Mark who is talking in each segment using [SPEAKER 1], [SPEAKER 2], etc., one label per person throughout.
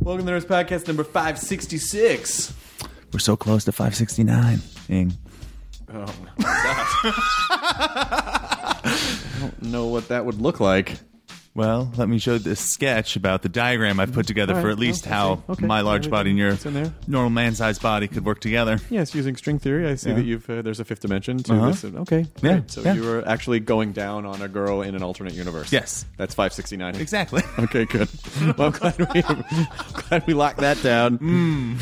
[SPEAKER 1] Welcome to Nerds Podcast number 566.
[SPEAKER 2] We're so close to 569. Ing.
[SPEAKER 1] Know what that would look like.
[SPEAKER 2] Well, let me show this sketch about the diagram I've put together
[SPEAKER 1] All
[SPEAKER 2] for
[SPEAKER 1] right.
[SPEAKER 2] at least
[SPEAKER 1] Okay.
[SPEAKER 2] how
[SPEAKER 1] Okay.
[SPEAKER 2] my large
[SPEAKER 1] Everything
[SPEAKER 2] body and your
[SPEAKER 1] that's in there.
[SPEAKER 2] normal man-sized body could work together.
[SPEAKER 1] Yes, using string theory, I see
[SPEAKER 2] Yeah.
[SPEAKER 1] that you've uh, there's a fifth dimension to
[SPEAKER 2] Uh-huh.
[SPEAKER 1] this. Okay,
[SPEAKER 2] Yeah,
[SPEAKER 1] great. So
[SPEAKER 2] yeah.
[SPEAKER 1] you were actually going down on a girl in an alternate universe.
[SPEAKER 2] Yes.
[SPEAKER 1] that's five sixty nine.
[SPEAKER 2] Exactly.
[SPEAKER 1] Okay, good. Well, I'm glad we, I'm glad we locked that down.
[SPEAKER 2] Hmm.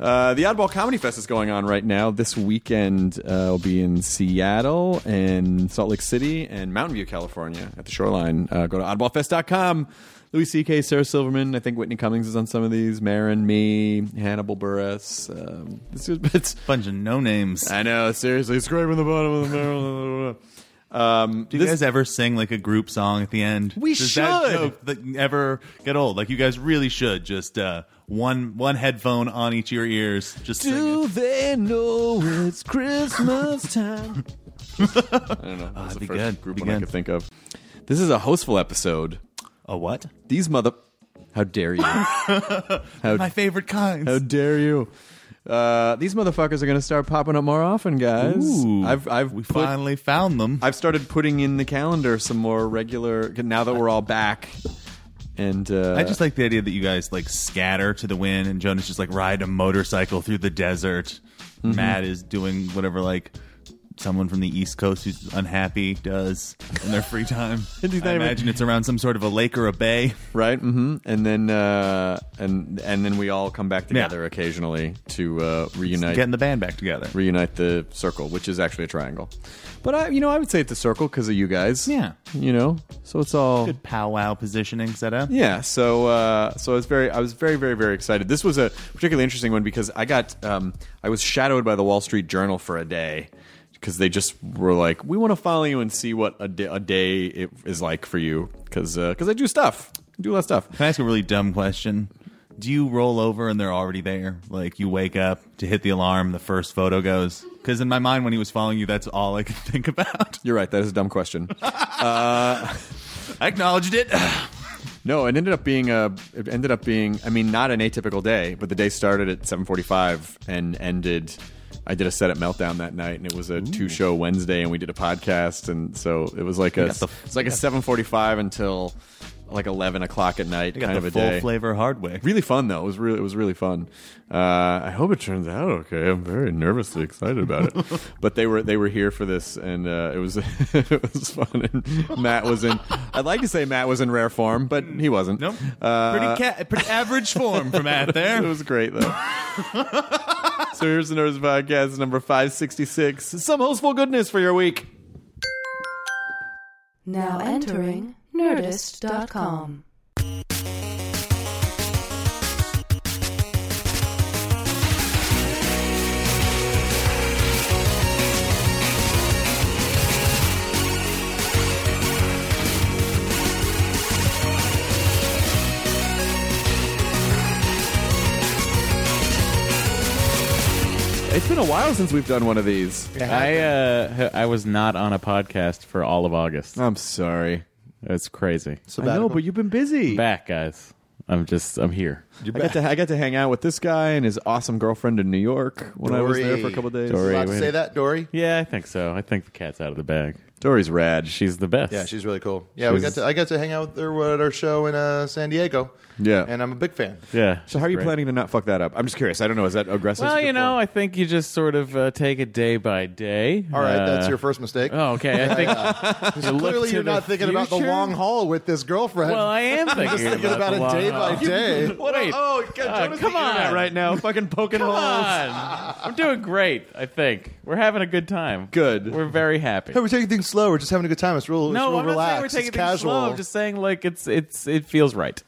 [SPEAKER 1] Uh, the Oddball Comedy Fest is going on right now. This weekend, uh, I'll be in Seattle and Salt Lake City and Mountain View, California, at the Shoreline. Uh, go to oddballfest.com. Louis C.K., Sarah Silverman. I think Whitney Cummings is on some of these. Marin, me, Hannibal Buress. Um, it's, just- it's,
[SPEAKER 2] Bunch of no names.
[SPEAKER 1] I know, seriously, scraping the bottom of the barrel. Um,
[SPEAKER 2] Do you
[SPEAKER 1] this-
[SPEAKER 2] guys ever sing like a group song at the end?
[SPEAKER 1] We
[SPEAKER 2] Does That
[SPEAKER 1] should.
[SPEAKER 2] joke that ever get old? Like you guys really should just uh, one one headphone on each of your ears. Just sing it.
[SPEAKER 1] Do they know it's Christmas time? I don't know. That's
[SPEAKER 2] it'd
[SPEAKER 1] the
[SPEAKER 2] be
[SPEAKER 1] first
[SPEAKER 2] good.
[SPEAKER 1] group
[SPEAKER 2] Be
[SPEAKER 1] one I
[SPEAKER 2] good.
[SPEAKER 1] could think of. This is a hostful episode.
[SPEAKER 2] a what?
[SPEAKER 1] These mother, how dare you?
[SPEAKER 2] My favorite kinds.
[SPEAKER 1] How dare you? Uh, these motherfuckers are gonna start popping up more often, guys.
[SPEAKER 2] Ooh,
[SPEAKER 1] I've I've
[SPEAKER 2] we
[SPEAKER 1] put-
[SPEAKER 2] finally found them.
[SPEAKER 1] I've started putting in the calendar some more regular. Now that we're all back, and uh,
[SPEAKER 2] I just like the idea that you guys like scatter to the wind and Jonas just like ride a motorcycle through the desert.
[SPEAKER 1] Mm-hmm.
[SPEAKER 2] Matt is doing whatever like someone from the East Coast who's unhappy does in their free time. I
[SPEAKER 1] And he's not even-
[SPEAKER 2] imagine it's around some sort of a lake or a bay.
[SPEAKER 1] right? Mm-hmm. And then uh, and and then we all come back together occasionally to uh, reunite
[SPEAKER 2] Getting the band back together.
[SPEAKER 1] reunite the circle, which is actually a triangle. But I, you know, I would say it's a circle because of you guys.
[SPEAKER 2] Yeah.
[SPEAKER 1] you know, so it's all
[SPEAKER 2] Good powwow positioning set up.
[SPEAKER 1] yeah, so uh, so I was very I was very very very excited. This was a particularly interesting one because I got um, I was shadowed by the Wall Street Journal for a day because they just were like, we want to follow you and see what a da- a day it is like for you because because I do stuff, I do a lot of stuff.
[SPEAKER 2] Can I ask a really dumb question? Do you roll over and they're already there? Like you wake up to hit the alarm, the first photo goes. Because in my mind, when he was following you, that's all I could think about.
[SPEAKER 1] You're right, that is a dumb question.
[SPEAKER 2] I acknowledged it.
[SPEAKER 1] No, it ended up being a. It ended up being. I mean, not an atypical day, but the day started at seven forty-five and ended. I did a set at Meltdown that night, and it was a two-show Wednesday, and we did a podcast, and so it was like a.
[SPEAKER 2] got the-
[SPEAKER 1] it's like a seven forty-five until like eleven o'clock at night,
[SPEAKER 2] I
[SPEAKER 1] kind
[SPEAKER 2] got
[SPEAKER 1] of
[SPEAKER 2] the
[SPEAKER 1] a
[SPEAKER 2] full
[SPEAKER 1] day.
[SPEAKER 2] flavor Hardwick.
[SPEAKER 1] Really fun though. It was really it was really fun. Uh, I hope it turns out okay. I'm very nervously excited about it. but they were they were here for this, and uh, it was it was fun. And Matt was in. I'd like to say Matt was in rare form, but he wasn't.
[SPEAKER 2] Nope.
[SPEAKER 1] Uh,
[SPEAKER 2] pretty, ca- pretty average form from out there.
[SPEAKER 1] it was great though. so here's the Nerds Podcast number five sixty six. Some hostful goodness for your week.
[SPEAKER 3] Now entering Nerdist.com.
[SPEAKER 1] It's been a while since we've done one of these.
[SPEAKER 4] I uh, I was not on a podcast for all of August.
[SPEAKER 1] I'm sorry.
[SPEAKER 4] It's crazy.
[SPEAKER 1] I know, but you've been busy.
[SPEAKER 4] Back, guys. I'm just I'm here.
[SPEAKER 1] I got to I got to hang out with this guy and his awesome girlfriend in New York when I was there
[SPEAKER 5] Dory.
[SPEAKER 1] for a couple days.
[SPEAKER 4] Dory.
[SPEAKER 5] Allowed to
[SPEAKER 4] wait.
[SPEAKER 5] say that, Dory?
[SPEAKER 4] Yeah, I think so. I think the cat's out of the bag.
[SPEAKER 1] Dory's rad. She,
[SPEAKER 4] She's the best.
[SPEAKER 5] Yeah, she's really cool. Yeah, we
[SPEAKER 4] She's-
[SPEAKER 5] got to I got to hang out with her at our show in uh, San Diego.
[SPEAKER 1] Yeah.
[SPEAKER 5] and uh, I'm a big fan.
[SPEAKER 4] yeah.
[SPEAKER 1] so how are you
[SPEAKER 4] Great.
[SPEAKER 1] planning to not fuck that up? I'm just curious. I don't know. Is that aggressive?
[SPEAKER 4] Well, you know, I think you just sort of uh, take it day by day.
[SPEAKER 5] All right, that's
[SPEAKER 4] Uh,
[SPEAKER 5] your first mistake.
[SPEAKER 4] Oh, okay. I think you look
[SPEAKER 5] Clearly,
[SPEAKER 4] to
[SPEAKER 5] you're
[SPEAKER 4] the
[SPEAKER 5] not thinking about the
[SPEAKER 4] future?
[SPEAKER 5] long haul with this girlfriend.
[SPEAKER 4] Well, I am thinking,
[SPEAKER 5] just thinking about,
[SPEAKER 4] the
[SPEAKER 5] it
[SPEAKER 4] long
[SPEAKER 5] day
[SPEAKER 4] haul.
[SPEAKER 5] by day.
[SPEAKER 4] What are you?
[SPEAKER 5] Oh,
[SPEAKER 4] Oh,
[SPEAKER 5] God, Jonah's
[SPEAKER 4] come
[SPEAKER 5] the internet
[SPEAKER 4] on!
[SPEAKER 1] right now, fucking poking
[SPEAKER 4] Come
[SPEAKER 1] holes.
[SPEAKER 4] on. I'm doing great. I think we're having a good time.
[SPEAKER 1] Good.
[SPEAKER 4] We're very happy.
[SPEAKER 5] Hey, we're taking things slow. We're just having a good time. It's real, it's
[SPEAKER 4] no,
[SPEAKER 5] real
[SPEAKER 4] I'm not saying
[SPEAKER 5] relaxed.
[SPEAKER 4] we're taking
[SPEAKER 5] it's
[SPEAKER 4] things
[SPEAKER 5] casual.
[SPEAKER 4] slow. I'm just saying like it's it's it feels right.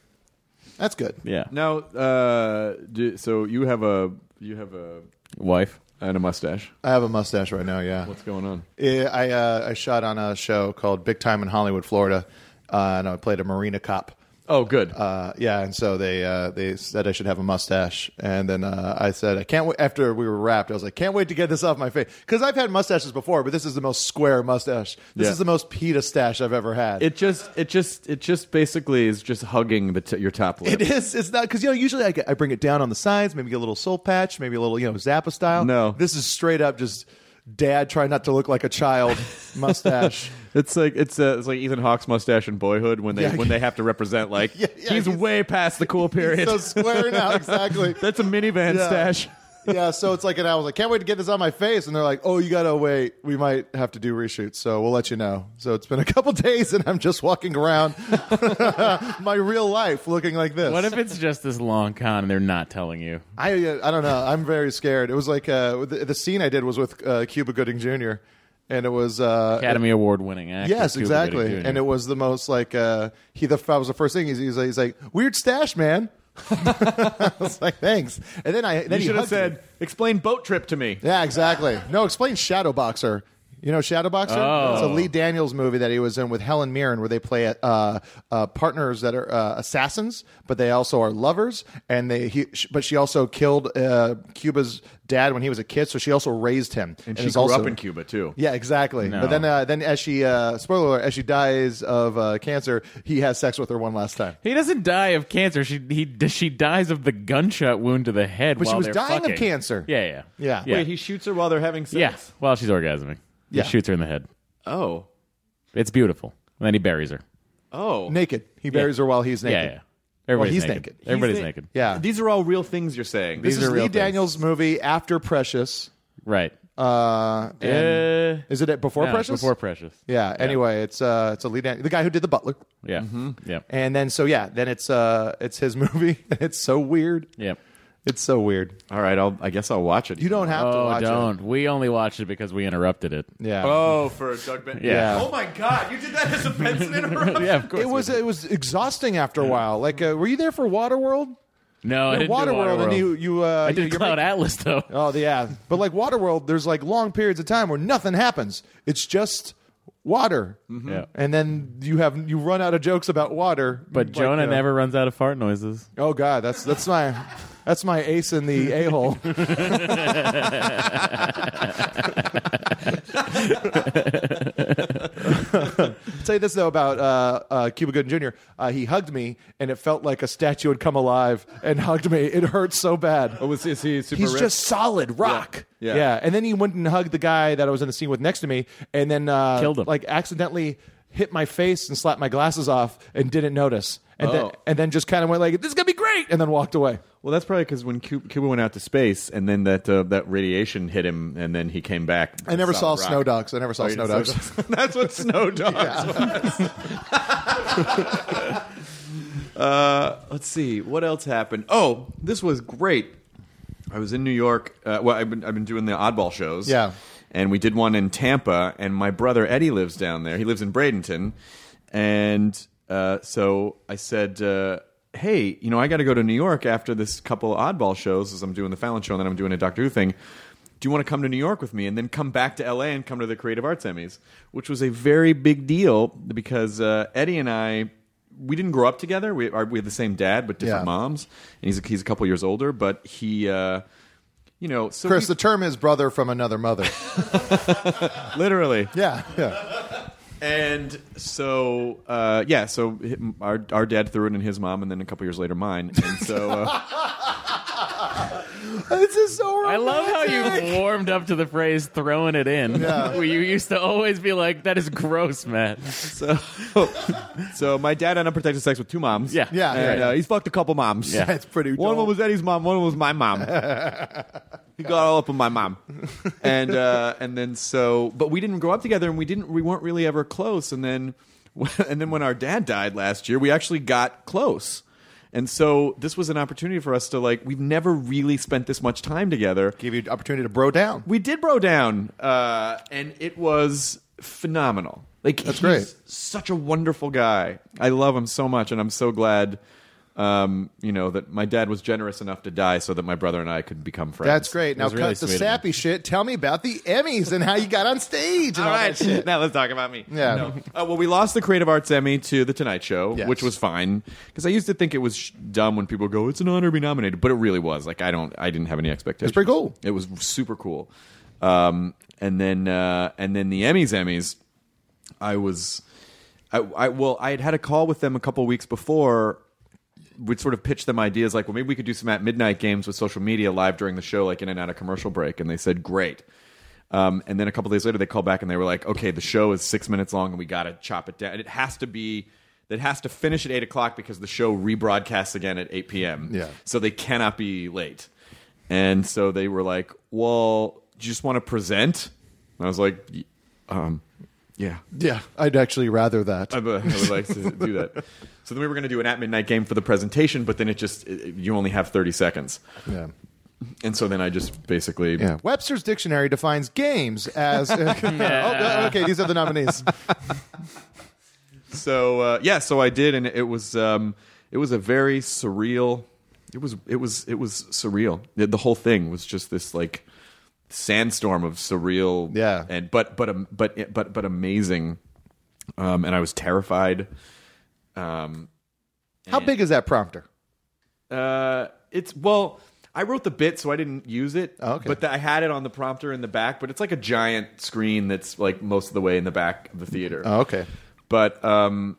[SPEAKER 5] That's good.
[SPEAKER 4] Yeah.
[SPEAKER 1] Now, uh, do, so you have a you have a
[SPEAKER 4] Wife.
[SPEAKER 1] and a mustache.
[SPEAKER 5] I have a mustache right now. Yeah,
[SPEAKER 1] What's going on?
[SPEAKER 5] Eh, I uh, I shot on a show called Big Time in Hollywood, Florida, uh, and I played a marina cop.
[SPEAKER 1] Oh, good.
[SPEAKER 5] Uh, yeah, and so they uh, they said I should have a mustache, and then uh, I said I can't wait. After we were wrapped, I was like, can't wait to get this off my face because I've had mustaches before, but this is the most square mustache. This
[SPEAKER 1] Yeah.
[SPEAKER 5] is the most pita stache I've ever had.
[SPEAKER 1] it just, it just, it just basically is just hugging the t- your top lip.
[SPEAKER 5] It is. It's not because you know. Usually, I, get- I bring it down on the sides, maybe get a little soul patch, maybe a little you know Zappa style.
[SPEAKER 1] No.
[SPEAKER 5] this is straight up just dad trying not to look like a child mustache.
[SPEAKER 1] It's like it's, uh, it's like Ethan Hawke's mustache in Boyhood when they
[SPEAKER 5] Yeah.
[SPEAKER 1] when they have to represent like
[SPEAKER 5] Yeah, yeah,
[SPEAKER 1] he's,
[SPEAKER 5] he's-
[SPEAKER 1] way past the cool period.
[SPEAKER 5] so square now, exactly.
[SPEAKER 1] That's a minivan
[SPEAKER 5] Yeah.
[SPEAKER 1] stash.
[SPEAKER 5] yeah, so it's like, and I was like, can't wait to get this on my face, and they're like, oh, you gotta wait. We might have to do reshoots, so we'll let you know. So it's been a couple days, and I'm just walking around my real life looking like this.
[SPEAKER 4] What if it's just this long con and they're not telling you?
[SPEAKER 5] I uh, I don't know. I'm very scared. It was like uh, the, the scene I did was with uh, Cuba Gooding Jr. And it was uh,
[SPEAKER 4] Academy Award winning actor.
[SPEAKER 5] Yes,
[SPEAKER 4] Cuba
[SPEAKER 5] exactly.
[SPEAKER 4] Gooding Jr.
[SPEAKER 5] And it was the most like uh, he. The that was the first thing he's, he's, like, he's like weird stash man. I was like, thanks. And then I then
[SPEAKER 1] You
[SPEAKER 5] he
[SPEAKER 1] should have
[SPEAKER 5] hugged me.
[SPEAKER 1] said, "Explain boat trip to me."
[SPEAKER 5] yeah, exactly. No, explain Shadow Boxer. You know Shadow Boxer?
[SPEAKER 4] Oh.
[SPEAKER 5] It's a Lee Daniels movie that he was in with Helen Mirren, where they play uh, uh, partners that are uh, assassins, but they also are lovers. And they, he, sh- but she also killed uh, Cuba's dad when he was a kid, so she also raised him.
[SPEAKER 1] And she
[SPEAKER 5] is
[SPEAKER 1] grew
[SPEAKER 5] also,
[SPEAKER 1] up in Cuba too.
[SPEAKER 5] yeah, exactly. But then, uh, then as she uh, spoiler alert, as she dies of uh, cancer, he has sex with her one last time.
[SPEAKER 4] he doesn't die of cancer. She he she dies of the gunshot wound to the head.
[SPEAKER 5] But she
[SPEAKER 4] while
[SPEAKER 5] was
[SPEAKER 4] they're
[SPEAKER 5] dying of
[SPEAKER 4] fucking.
[SPEAKER 5] cancer.
[SPEAKER 4] Yeah, yeah,
[SPEAKER 5] Yeah.
[SPEAKER 4] yeah.
[SPEAKER 1] Wait, he shoots her while they're having sex.
[SPEAKER 4] yeah. While she's orgasming,
[SPEAKER 5] Yeah.
[SPEAKER 4] he shoots her in the head.
[SPEAKER 1] Oh.
[SPEAKER 4] It's beautiful. And then he buries her.
[SPEAKER 1] Oh.
[SPEAKER 5] Naked, he buries her while he's naked.
[SPEAKER 4] Yeah, yeah. Everybody's
[SPEAKER 5] he's
[SPEAKER 4] naked.
[SPEAKER 5] naked. He's
[SPEAKER 4] Everybody's
[SPEAKER 1] He's na-
[SPEAKER 4] naked.
[SPEAKER 5] Yeah.
[SPEAKER 1] These are all real things you're saying.
[SPEAKER 5] This
[SPEAKER 4] These
[SPEAKER 5] is
[SPEAKER 4] are
[SPEAKER 5] Lee
[SPEAKER 4] real things.
[SPEAKER 5] Daniels' movie after Precious.
[SPEAKER 4] Right.
[SPEAKER 5] Uh, and-
[SPEAKER 4] Uh,
[SPEAKER 5] is it at- before
[SPEAKER 4] no,
[SPEAKER 5] Precious?
[SPEAKER 4] Before Precious.
[SPEAKER 5] Yeah. Anyway, it's uh, it's a Lee Dan- the guy who did the Butler,
[SPEAKER 4] Yeah. Yeah.
[SPEAKER 5] Mm-hmm. and then so yeah, then it's uh, it's his movie. it's so weird.
[SPEAKER 4] Yeah.
[SPEAKER 5] It's so weird.
[SPEAKER 1] all right, I'll, I guess I'll watch it.
[SPEAKER 5] You don't have to
[SPEAKER 4] Oh,
[SPEAKER 5] watch
[SPEAKER 4] don't. We only watched it because we interrupted it.
[SPEAKER 5] it. Yeah.
[SPEAKER 1] Oh, for Doug Benson.
[SPEAKER 4] Yeah.
[SPEAKER 1] Oh my God, you did that as a Benson interruption.
[SPEAKER 4] Yeah, of course.
[SPEAKER 5] it was it was exhausting after a while. Like, uh, were you there for Waterworld?
[SPEAKER 4] no, I
[SPEAKER 5] Yeah,
[SPEAKER 4] didn't do
[SPEAKER 5] Waterworld, and you you uh,
[SPEAKER 4] I
[SPEAKER 5] you-
[SPEAKER 4] did
[SPEAKER 5] you're
[SPEAKER 4] Cloud
[SPEAKER 5] making-
[SPEAKER 4] Atlas though.
[SPEAKER 5] Oh the- yeah, but like Waterworld, there's like long periods of time where nothing happens. It's just water,
[SPEAKER 4] Yeah.
[SPEAKER 5] and then you have you run out of jokes about water.
[SPEAKER 4] But
[SPEAKER 5] Like,
[SPEAKER 4] Jonah
[SPEAKER 5] uh,
[SPEAKER 4] never runs out of fart noises.
[SPEAKER 5] Oh god, that's that's my that's my ace in the a hole. Say this though about uh, uh, Cuba Gooden Jr. Uh, he hugged me, and it felt like a statue had come alive and hugged me. It hurt so bad.
[SPEAKER 1] Oh, is, is he super
[SPEAKER 5] He's
[SPEAKER 1] ripped?
[SPEAKER 5] just solid rock.
[SPEAKER 1] Yeah.
[SPEAKER 5] Yeah.
[SPEAKER 1] Yeah.
[SPEAKER 5] And then he went and hugged the guy that I was in the scene with next to me and then uh,
[SPEAKER 4] Killed him.
[SPEAKER 5] like accidentally hit my face and slapped my glasses off and didn't notice. And,
[SPEAKER 1] Oh.
[SPEAKER 5] then, and then just kind of went like, this is going to be great. And then walked away.
[SPEAKER 1] Well, that's probably because when Cu- Cuba went out to space and then that uh, that radiation hit him and then he came back.
[SPEAKER 5] I never saw
[SPEAKER 1] Solid rock.
[SPEAKER 5] snow dogs. I never saw
[SPEAKER 1] Oh, you
[SPEAKER 5] snow
[SPEAKER 1] didn't
[SPEAKER 5] dogs.
[SPEAKER 1] see that? that's what snow dogs. was. uh, let's see what else happened. Oh, this was great. I was in New York. Uh, well, I've been I've been doing the oddball shows.
[SPEAKER 5] Yeah.
[SPEAKER 1] and we did one in Tampa. And my brother Eddie lives down there. He lives in Bradenton, and uh, so I said. Uh, Hey, you know, I got to go to New York after this couple of oddball shows as I'm doing the Fallon show and then I'm doing a Doctor Who thing do you want to come to New York with me and then come back to LA and come to the Creative Arts Emmys, which was a very big deal because uh, Eddie and I we didn't grow up together. We are we had the same dad but different
[SPEAKER 5] Yeah.
[SPEAKER 1] moms, and he's a, he's a couple years older, but he. Uh, you know, so
[SPEAKER 5] Chris,
[SPEAKER 1] we-
[SPEAKER 5] the term is brother from another mother.
[SPEAKER 1] literally,
[SPEAKER 5] yeah. Yeah.
[SPEAKER 1] and so uh, yeah, so hi- our our dad threw it in his mom, and then a couple years later mine, and so uh,
[SPEAKER 5] this is so
[SPEAKER 4] I love how you
[SPEAKER 5] romantic.
[SPEAKER 4] warmed up to the phrase "throwing it in."
[SPEAKER 5] Yeah.
[SPEAKER 4] you used to always be like, "That is gross, Matt."
[SPEAKER 1] so so my dad had unprotected sex with two moms,
[SPEAKER 4] Yeah.
[SPEAKER 5] Yeah.
[SPEAKER 1] and,
[SPEAKER 5] yeah.
[SPEAKER 1] uh, he's fucked a couple moms,
[SPEAKER 4] Yeah.
[SPEAKER 5] That's pretty
[SPEAKER 1] One of them
[SPEAKER 5] dope.
[SPEAKER 1] was Eddie's mom. One of them was my mom. he got all up on my mom, and uh, and then so, but we didn't grow up together, and we didn't, we weren't really ever close. And then, and then when our dad died last year, we actually got close. And so this was an opportunity for us to like, we've never really spent this much time together.
[SPEAKER 5] Give you opportunity to bro down.
[SPEAKER 1] We did bro down, uh, and it was phenomenal. Like
[SPEAKER 5] That's
[SPEAKER 1] he's
[SPEAKER 5] great.
[SPEAKER 1] Such a wonderful guy. I love him so much, and I'm so glad um, you know, that my dad was generous enough to die so that my brother and I could become friends.
[SPEAKER 5] That's great. Now
[SPEAKER 4] was really
[SPEAKER 5] cut the
[SPEAKER 4] sweet of
[SPEAKER 5] sappy shit. Tell me about the Emmys and how you got on stage. And all, that shit.
[SPEAKER 1] now let's talk about me.
[SPEAKER 5] Yeah.
[SPEAKER 1] Uh, well, we lost the Creative Arts Emmy to The Tonight Show,
[SPEAKER 5] Yes.
[SPEAKER 1] which was fine because I used to think it was sh- dumb when people go, "It's an honor to be nominated," but it really was. Like I don't, I didn't have any expectations.
[SPEAKER 5] pretty cool.
[SPEAKER 1] It was super cool. Um, and then, uh, and then the Emmys, Emmys. I was, I, I well, I had had a call with them a couple weeks before. We'd sort of pitch them ideas like, well, maybe we could do some at midnight games with social media live during the show, like in and out of commercial break. And they said, great. Um, and then a couple days later, they called back and they were like, okay, the show is six minutes long and we got to chop it down. It has to be. It has to finish at eight o'clock because the show rebroadcasts again at eight p.m.
[SPEAKER 5] Yeah.
[SPEAKER 1] so they cannot be late. And so they were like, "Well, do you just want to present?" And I was like, y- um, "Yeah,
[SPEAKER 5] Yeah, I'd actually rather that.
[SPEAKER 1] I would, I would like to do that. So then we were going to do an at midnight game for the presentation, but then it just it, you only have thirty seconds,
[SPEAKER 5] yeah.
[SPEAKER 1] and so then I just basically
[SPEAKER 5] Yeah. Webster's Dictionary defines games as. oh, okay, these are the nominees.
[SPEAKER 1] so uh, yeah, so I did, and it was um, it was a very surreal. It was it was it was surreal. The, the whole thing was just this like sandstorm of surreal,
[SPEAKER 5] Yeah.
[SPEAKER 1] and but but um, but but but amazing. Um, and I was terrified. Um,
[SPEAKER 5] How big is that prompter?
[SPEAKER 1] Uh, it's well, I wrote the bit, so I didn't use it.
[SPEAKER 5] Oh, okay.
[SPEAKER 1] But the, I had it on the prompter in the back. But it's like a giant screen that's like most of the way in the back of the theater.
[SPEAKER 5] Oh, okay.
[SPEAKER 1] But um,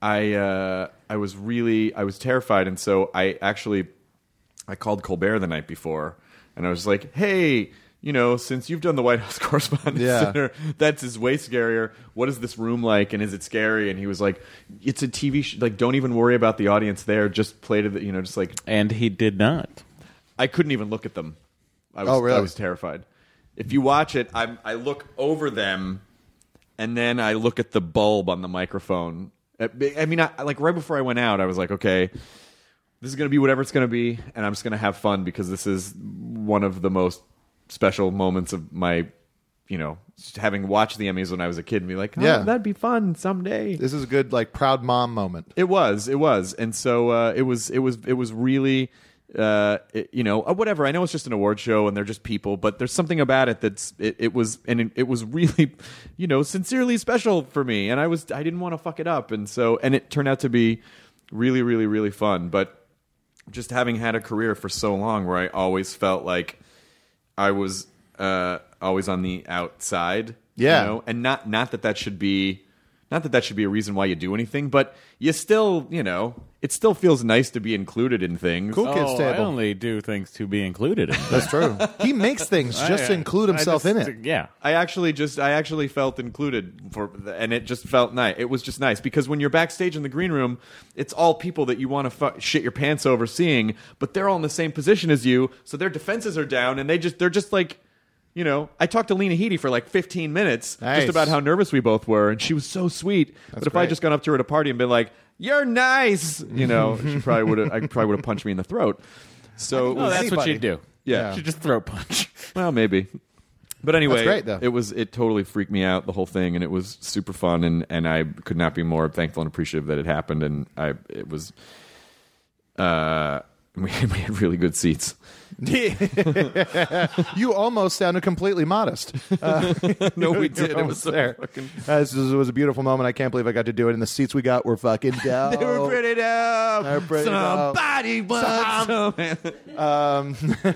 [SPEAKER 1] I uh, I was really I was terrified, and so I actually I called Colbert the night before, and I was like, hey. You know, since you've done the White House Correspondence
[SPEAKER 5] Yeah.
[SPEAKER 1] Dinner, that's is way scarier. What is this room like, and is it scary? And he was like, "It's a TV sh- like. Don't even worry about the audience there. Just play to the you know, just like
[SPEAKER 4] And he did not.
[SPEAKER 1] I couldn't even look at them. I was,
[SPEAKER 5] Oh, really?
[SPEAKER 1] I was terrified. If you watch it, I'm, I look over them, and then I look at the bulb on the microphone. I I mean, I, like right before I went out, I was like, okay, this is going to be whatever it's going to be, and I'm just going to have fun because this is one of the most special moments of my, you know, just having watched the Emmys when I was a kid and be like, oh,
[SPEAKER 5] Yeah.
[SPEAKER 1] that'd be fun someday.
[SPEAKER 5] This is a good like proud mom moment.
[SPEAKER 1] It was, it was, and so uh, it was, it was, it was really, uh, it- you know, uh, whatever. I know it's just an award show and they're just people, but there's something about it that's it, it was, and it, it was really, you know, sincerely special for me, and I was, I didn't want to fuck it up, and so, and it turned out to be really, really, really fun. But just having had a career for so long, where I always felt like I was uh, always on the outside,
[SPEAKER 5] Yeah.
[SPEAKER 1] you know, and not not that that should be not that that should be a reason why you do anything but you still you know it still feels nice to be included in things
[SPEAKER 5] Cool kids
[SPEAKER 4] oh, I
[SPEAKER 5] table.
[SPEAKER 4] only do things to be included in.
[SPEAKER 5] That's true. he makes things just to include himself in it.
[SPEAKER 4] Yeah.
[SPEAKER 1] i actually just i actually felt included for and it just felt nice it was just nice because when you're backstage in the green room it's all people that you want to fu- shit your pants over seeing but they're all in the same position as you so their defenses are down and they just they're just like you know, I talked to Lena Headey for like 15 minutes
[SPEAKER 5] Nice.
[SPEAKER 1] just about how nervous we both were, and she was so sweet. but if I
[SPEAKER 5] great.
[SPEAKER 1] just gone up to her at a party and been like, "You're nice," you know, she probably would have. I probably would have punched me in the throat. So it
[SPEAKER 4] Oh,
[SPEAKER 1] was-
[SPEAKER 4] that's what
[SPEAKER 5] Anybody.
[SPEAKER 4] you do.
[SPEAKER 1] Yeah.
[SPEAKER 4] You just throw punch.
[SPEAKER 1] well, maybe. But anyway,
[SPEAKER 5] That's great, though.
[SPEAKER 1] it was it totally freaked me out the whole thing, and it was super fun, and and I could not be more thankful and appreciative that it happened, and I it was. Uh, we, we had really good seats.
[SPEAKER 5] you almost sounded completely modest.
[SPEAKER 1] No, we did. It was so
[SPEAKER 5] there.
[SPEAKER 1] fucking.
[SPEAKER 5] Uh, this was, it was a beautiful moment. I can't believe I got to do it. And the seats we got were fucking dope.
[SPEAKER 1] They were pretty dope.
[SPEAKER 5] They were pretty dope.
[SPEAKER 1] Somebody wants some.
[SPEAKER 5] I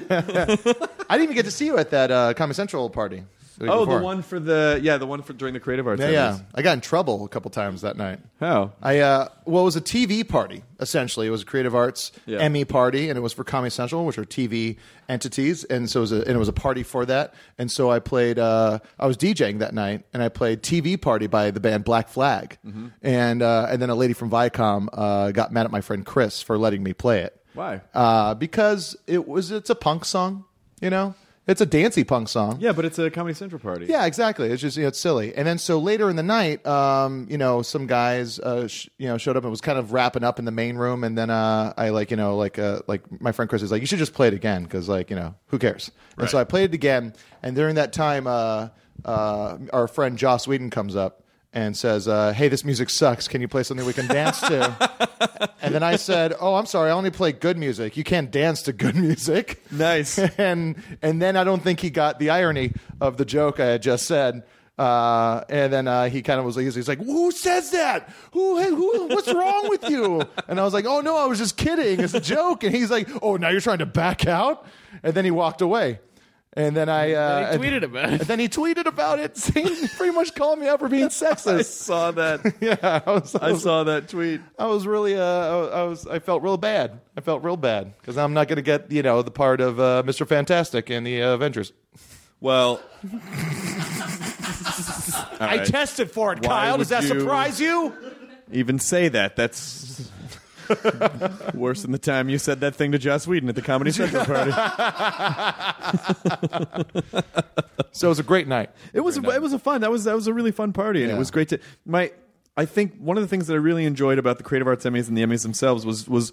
[SPEAKER 5] didn't even get to see you at that uh, Comedy Central party. week
[SPEAKER 1] Oh,
[SPEAKER 5] before.
[SPEAKER 1] the one for the yeah, the one for during the creative arts.
[SPEAKER 5] Yeah, yeah.
[SPEAKER 1] Emmys.
[SPEAKER 5] I got in trouble a couple times that night.
[SPEAKER 1] How?
[SPEAKER 5] I uh, well, it was a TV party essentially. It was a Creative Arts
[SPEAKER 1] Yeah.
[SPEAKER 5] Emmy party, and it was for Comedy Central, which are TV entities, and so it was a, and it was a party for that. And so I played. Uh, I was DJing that night, and I played "TV Party" by the band Black Flag,
[SPEAKER 1] Mm-hmm.
[SPEAKER 5] and uh, and then a lady from Viacom uh, got mad at my friend Chris for letting me play it.
[SPEAKER 1] Why?
[SPEAKER 5] Uh, because it was it's a punk song, you know. It's a dancey punk song.
[SPEAKER 1] Yeah, but it's a Comedy Central party.
[SPEAKER 5] Yeah, exactly. It's just you know, it's silly. And then so later in the night, um, you know, some guys, uh, sh- you know, showed up and was kind of wrapping up in the main room. And then uh, I like, you know, like uh, like my friend Chris is like, you should just play it again because like you know, who cares? And so I played it again. And during that time, uh, uh, our friend Joss Whedon comes up. and says, uh, "Hey, this music sucks. Can you play something we can dance to?" and then I said, "Oh, I'm sorry. I only play good music. You can't dance to good music."
[SPEAKER 1] Nice.
[SPEAKER 5] and and then I don't think he got the irony of the joke I had just said. Uh, and then uh, he kind of was like, he's like, "Who says that? Who, who? What's wrong with you?" And I was like, "Oh no, I was just kidding. It's a joke." And he's like, "Oh, now you're trying to back out?" And then he walked away. And then I uh,
[SPEAKER 4] And he tweeted about it.
[SPEAKER 5] And then he tweeted about it, saying, pretty much calling me out for being sexist.
[SPEAKER 1] saw that.
[SPEAKER 5] yeah, I was, I was,
[SPEAKER 1] saw that tweet.
[SPEAKER 5] I was really, uh, I I was, I felt real bad. I felt real bad because I'm not going to get, you know, the part of uh, Mr. Fantastic in the uh, Avengers.
[SPEAKER 1] Well,
[SPEAKER 5] I
[SPEAKER 1] right.
[SPEAKER 5] tested for it,
[SPEAKER 1] Why
[SPEAKER 5] Kyle. Does
[SPEAKER 1] would
[SPEAKER 5] that
[SPEAKER 1] you-
[SPEAKER 5] surprise you?
[SPEAKER 1] even say that. That's worse than the time you said that thing to Joss Whedon at the Comedy Central party.
[SPEAKER 5] So it was a great night.
[SPEAKER 1] It was a, it was a fun. That was that was a really fun party, and
[SPEAKER 5] Yeah.
[SPEAKER 1] it was great to my. I think one of the things that I really enjoyed about the Creative Arts Emmys and the Emmys themselves was was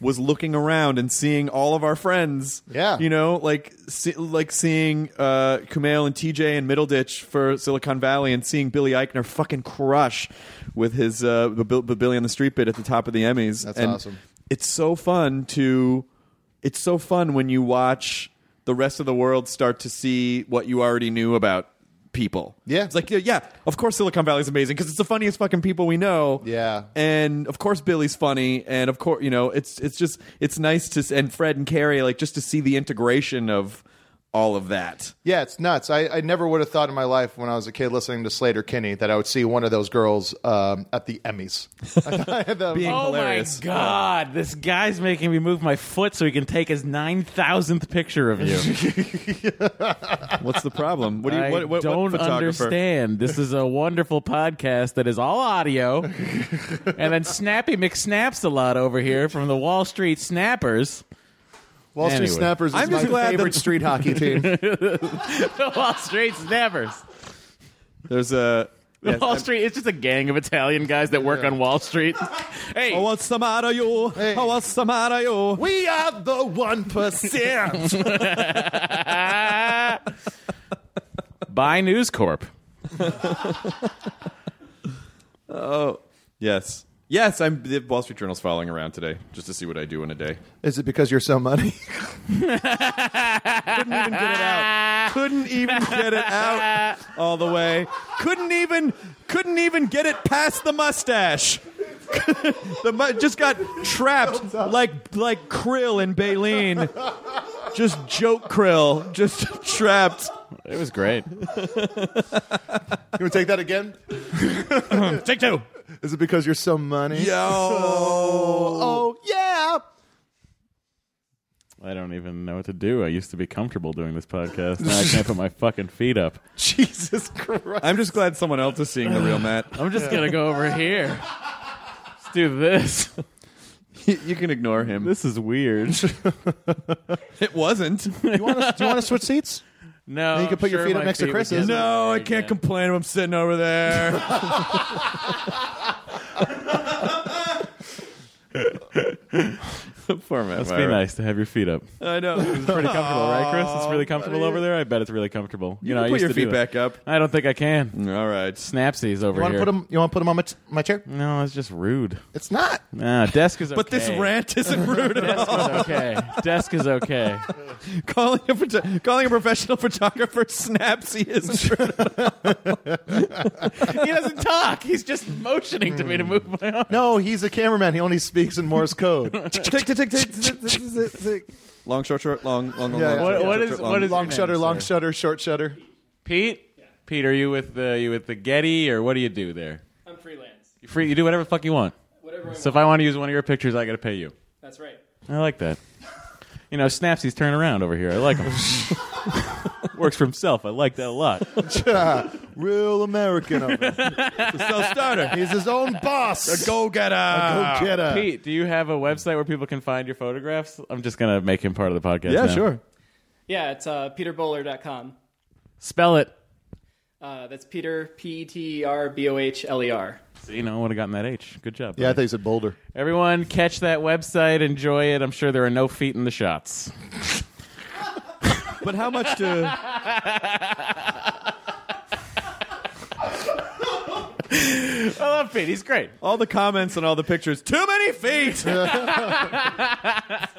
[SPEAKER 1] was looking around and seeing all of our friends.
[SPEAKER 5] Yeah.
[SPEAKER 1] you know, like see, like seeing uh, Kumail and TJ and Middleditch for Silicon Valley, and seeing Billy Eichner fucking crush with his uh, the, Bill- the Billy on the Street bit at the top of the Emmys.
[SPEAKER 5] That's
[SPEAKER 1] And
[SPEAKER 5] awesome.
[SPEAKER 1] It's so fun to. It's so fun when you watch the rest of the world start to see what you already knew about people.
[SPEAKER 5] Yeah.
[SPEAKER 1] It's like, yeah, yeah of course Silicon Valley is amazing because it's the funniest fucking people we know.
[SPEAKER 5] Yeah.
[SPEAKER 1] And of course Billy's funny and of course, you know, it's it's just it's nice to s- and Fred and Carrie like just to see the integration of all of that.
[SPEAKER 5] Yeah, it's nuts. I, I never would have thought in my life when I was a kid listening to Slater Kinney that I would see one of those girls um, at the Emmys. I thought that-
[SPEAKER 1] Being-
[SPEAKER 4] Oh
[SPEAKER 1] Hilarious.
[SPEAKER 4] my god! This guy's making me move my foot so he can take his nine thousandth picture of you.
[SPEAKER 1] What's the problem? What do you
[SPEAKER 4] I
[SPEAKER 1] what, what, what
[SPEAKER 4] don't
[SPEAKER 1] photographer?
[SPEAKER 4] understand. This is a wonderful podcast that is all audio, and then Snappy McSnaps a lot over here from the Wall Street Snappers.
[SPEAKER 5] Wall Street
[SPEAKER 4] Anyway.
[SPEAKER 5] Snappers is
[SPEAKER 1] I'm just
[SPEAKER 5] my
[SPEAKER 1] glad
[SPEAKER 5] favorite
[SPEAKER 1] that-
[SPEAKER 5] street hockey team.
[SPEAKER 4] The Wall Street Snappers.
[SPEAKER 1] There's a
[SPEAKER 4] The
[SPEAKER 1] yes,
[SPEAKER 4] Wall
[SPEAKER 1] I'm-
[SPEAKER 4] Street. It's just a gang of Italian guys that work on Wall Street. Hey,
[SPEAKER 1] Oh, what's the matter, you?
[SPEAKER 5] Hey.
[SPEAKER 1] Oh, what's the matter, you?
[SPEAKER 5] We are the one percent.
[SPEAKER 4] buy News Corp.
[SPEAKER 1] Oh, Yes. Yes, I'm the Wall Street Journal's following around today just to see what I do in a day.
[SPEAKER 5] Is it because you're so money?
[SPEAKER 1] couldn't even get it out. Couldn't even get it out all the way. Couldn't even couldn't even get it past the mustache. the mu- just got trapped like like krill in Baleen. Just joke krill, just trapped.
[SPEAKER 4] It was great.
[SPEAKER 5] You want to take that again?
[SPEAKER 1] Take two.
[SPEAKER 5] Is it because you're so money?
[SPEAKER 1] Yo.
[SPEAKER 5] Oh yeah.
[SPEAKER 4] I don't even know what to do. I used to be comfortable doing this podcast. Now I can't put my fucking feet up.
[SPEAKER 5] Jesus Christ.
[SPEAKER 1] I'm just glad someone else is seeing the real Matt.
[SPEAKER 4] I'm just gonna go over here. Let's do this.
[SPEAKER 1] you can ignore him.
[SPEAKER 4] This is weird.
[SPEAKER 1] It wasn't.
[SPEAKER 5] You want to, do you want to switch seats?
[SPEAKER 4] No,
[SPEAKER 5] you can
[SPEAKER 4] I'm
[SPEAKER 5] put your
[SPEAKER 4] sure
[SPEAKER 5] feet up
[SPEAKER 4] my
[SPEAKER 5] next to
[SPEAKER 4] would get
[SPEAKER 5] Chris's.
[SPEAKER 1] No,
[SPEAKER 4] there
[SPEAKER 1] I can't
[SPEAKER 4] again.
[SPEAKER 1] complain if I'm sitting over there. Poor man.
[SPEAKER 4] Must be nice to have your feet up.
[SPEAKER 1] I know. It was pretty
[SPEAKER 4] Comfortable, right, Chris? It's really comfortable over there. I bet it's really comfortable. You, know, I
[SPEAKER 1] put
[SPEAKER 4] used
[SPEAKER 1] your
[SPEAKER 4] to do Mm,
[SPEAKER 1] feet
[SPEAKER 4] that.
[SPEAKER 1] back up.
[SPEAKER 4] I don't think I can.
[SPEAKER 1] All right.
[SPEAKER 4] Snapsies over
[SPEAKER 5] You want to
[SPEAKER 4] here.
[SPEAKER 5] put them? You want to put them on my, t- my chair?
[SPEAKER 4] no, it's just rude.
[SPEAKER 5] It's not.
[SPEAKER 4] Nah, desk is okay.
[SPEAKER 1] But this rant isn't rude at all.
[SPEAKER 4] Desk is okay. desk is okay.
[SPEAKER 1] calling a photo- calling a professional photographer snapsy isn't rude.
[SPEAKER 4] He doesn't talk. He's just motioning to me to move my arm.
[SPEAKER 5] No, he's a cameraman. He only speaks in Morse code.
[SPEAKER 1] tick, tick, tick, tick, tick, tick, tick, tick. Long, short, short, long, long, long,
[SPEAKER 5] Yeah,
[SPEAKER 1] long.
[SPEAKER 5] yeah.
[SPEAKER 1] short,
[SPEAKER 5] What-
[SPEAKER 1] short,
[SPEAKER 4] what
[SPEAKER 1] short,
[SPEAKER 4] is-
[SPEAKER 1] long.
[SPEAKER 4] what is-
[SPEAKER 5] long
[SPEAKER 4] name,
[SPEAKER 5] shutter, long
[SPEAKER 4] sir?
[SPEAKER 5] shutter, short shutter.
[SPEAKER 4] Pete, Pete, are you with the you with the Getty or what do you do there?
[SPEAKER 6] I'm freelance.
[SPEAKER 4] You free. You do whatever the fuck you want.
[SPEAKER 6] Whatever I
[SPEAKER 4] So if
[SPEAKER 6] want.
[SPEAKER 4] I want to use one of your pictures, I got to pay you.
[SPEAKER 6] That's right.
[SPEAKER 4] I like that. You know, Snapsy's turn around over here. I like him. Works for himself. I like that a lot.
[SPEAKER 5] Real American. Of him.
[SPEAKER 1] Self-starter.
[SPEAKER 5] He's his own boss.
[SPEAKER 1] Go-getter.
[SPEAKER 5] Go get her.
[SPEAKER 4] Pete, do you have a website where people can find your photographs? I'm just gonna make him part of the podcast.
[SPEAKER 1] Yeah,
[SPEAKER 4] now.
[SPEAKER 1] sure.
[SPEAKER 6] Yeah, it's uh, peterbowler.com.
[SPEAKER 4] Spell it.
[SPEAKER 6] Uh, that's Peter, P E T E R B O H L E R.
[SPEAKER 4] So, you know, I would have gotten that H. Good job.
[SPEAKER 5] Yeah, I
[SPEAKER 4] buddy.
[SPEAKER 5] thought he said Boulder.
[SPEAKER 4] Everyone, catch that website. Enjoy it. I'm sure there are no feet in the shots.
[SPEAKER 1] But how much do?
[SPEAKER 4] I love Pete. He's great.
[SPEAKER 1] All the comments and all the pictures. Too many feet.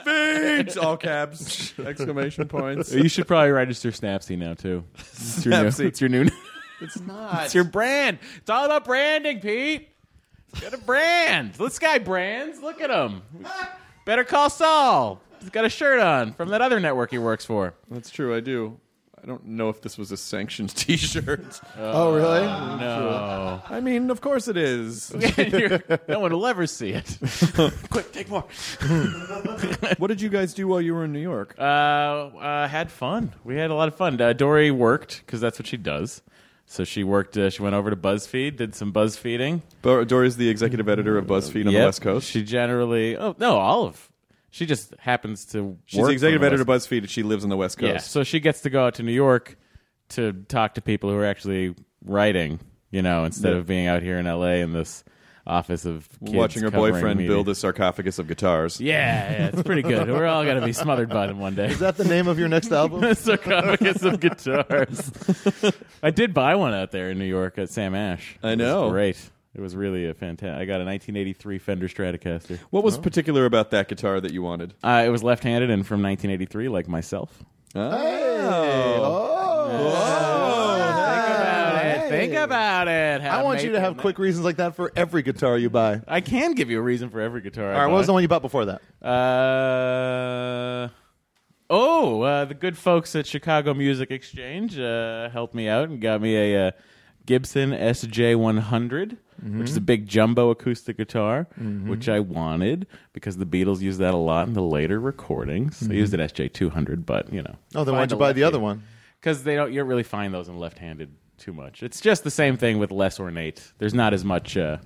[SPEAKER 1] feet. All caps. Exclamation points.
[SPEAKER 4] You should probably register Snapsy now too. It's your new.
[SPEAKER 1] Snapseed.
[SPEAKER 4] It's your new.
[SPEAKER 1] It's not.
[SPEAKER 4] It's your brand. It's all about branding, Pete. Got a brand. This guy brands. Look at him. Better call Saul. He's got a shirt on from that other network he works for.
[SPEAKER 1] That's true. I do. I don't know if this was a sanctioned T-shirt.
[SPEAKER 5] oh, really?
[SPEAKER 4] Uh, No,
[SPEAKER 1] I mean, of course it is.
[SPEAKER 4] You're- no one will ever see it. Quick, take more.
[SPEAKER 1] what did you guys do while you were in New York?
[SPEAKER 4] Uh, uh, had fun. We had a lot of fun. Uh, Dory worked because that's what she does. So she worked. Uh, she went over to BuzzFeed, did some BuzzFeeding.
[SPEAKER 1] Bo- Dory's the executive editor of BuzzFeed on the
[SPEAKER 4] Yep.
[SPEAKER 1] West Coast.
[SPEAKER 4] She generally. Oh no, all of. She just happens to.
[SPEAKER 1] She's the
[SPEAKER 4] work from
[SPEAKER 1] executive editor
[SPEAKER 4] West
[SPEAKER 1] of BuzzFeed, and she lives on the West Coast.
[SPEAKER 4] Yeah, so she gets to go out to New York to talk to people who are actually writing, you know, instead of being out here in LA in this office of kids
[SPEAKER 1] Watching her
[SPEAKER 4] covering
[SPEAKER 1] boyfriend
[SPEAKER 4] media.
[SPEAKER 1] build a sarcophagus of guitars.
[SPEAKER 4] Yeah, yeah, it's pretty good. We're all gonna be smothered by them one day.
[SPEAKER 5] Is that the name of your next album?
[SPEAKER 4] Sarcophagus of guitars. I did buy one out there in New York at Sam Ash.
[SPEAKER 1] I
[SPEAKER 4] It was
[SPEAKER 1] know.
[SPEAKER 4] great. It was really a fantastic. I got a 1983 Fender Stratocaster.
[SPEAKER 1] What was particular about that guitar that you wanted?
[SPEAKER 4] Uh, it was left-handed and from 1983, like myself.
[SPEAKER 5] Oh.
[SPEAKER 4] Think about it.
[SPEAKER 5] I want you to have quick reasons like that for every guitar you buy. All
[SPEAKER 4] I can give you a reason for every guitar. I
[SPEAKER 5] right, what was
[SPEAKER 4] bought.
[SPEAKER 5] the one you bought before that?
[SPEAKER 4] Uh, oh, uh, the good folks at Chicago Music Exchange uh, helped me out and got me a uh, Gibson SJ100, which is a big jumbo acoustic guitar, which I wanted because the Beatles used that a lot in the later recordings. They used an SJ200, but you know.
[SPEAKER 5] Oh, then why would you buy the other one?
[SPEAKER 4] Because they don't, you don't really find those in left-handed too much. It's just the same thing with less ornate. There's not as much uh,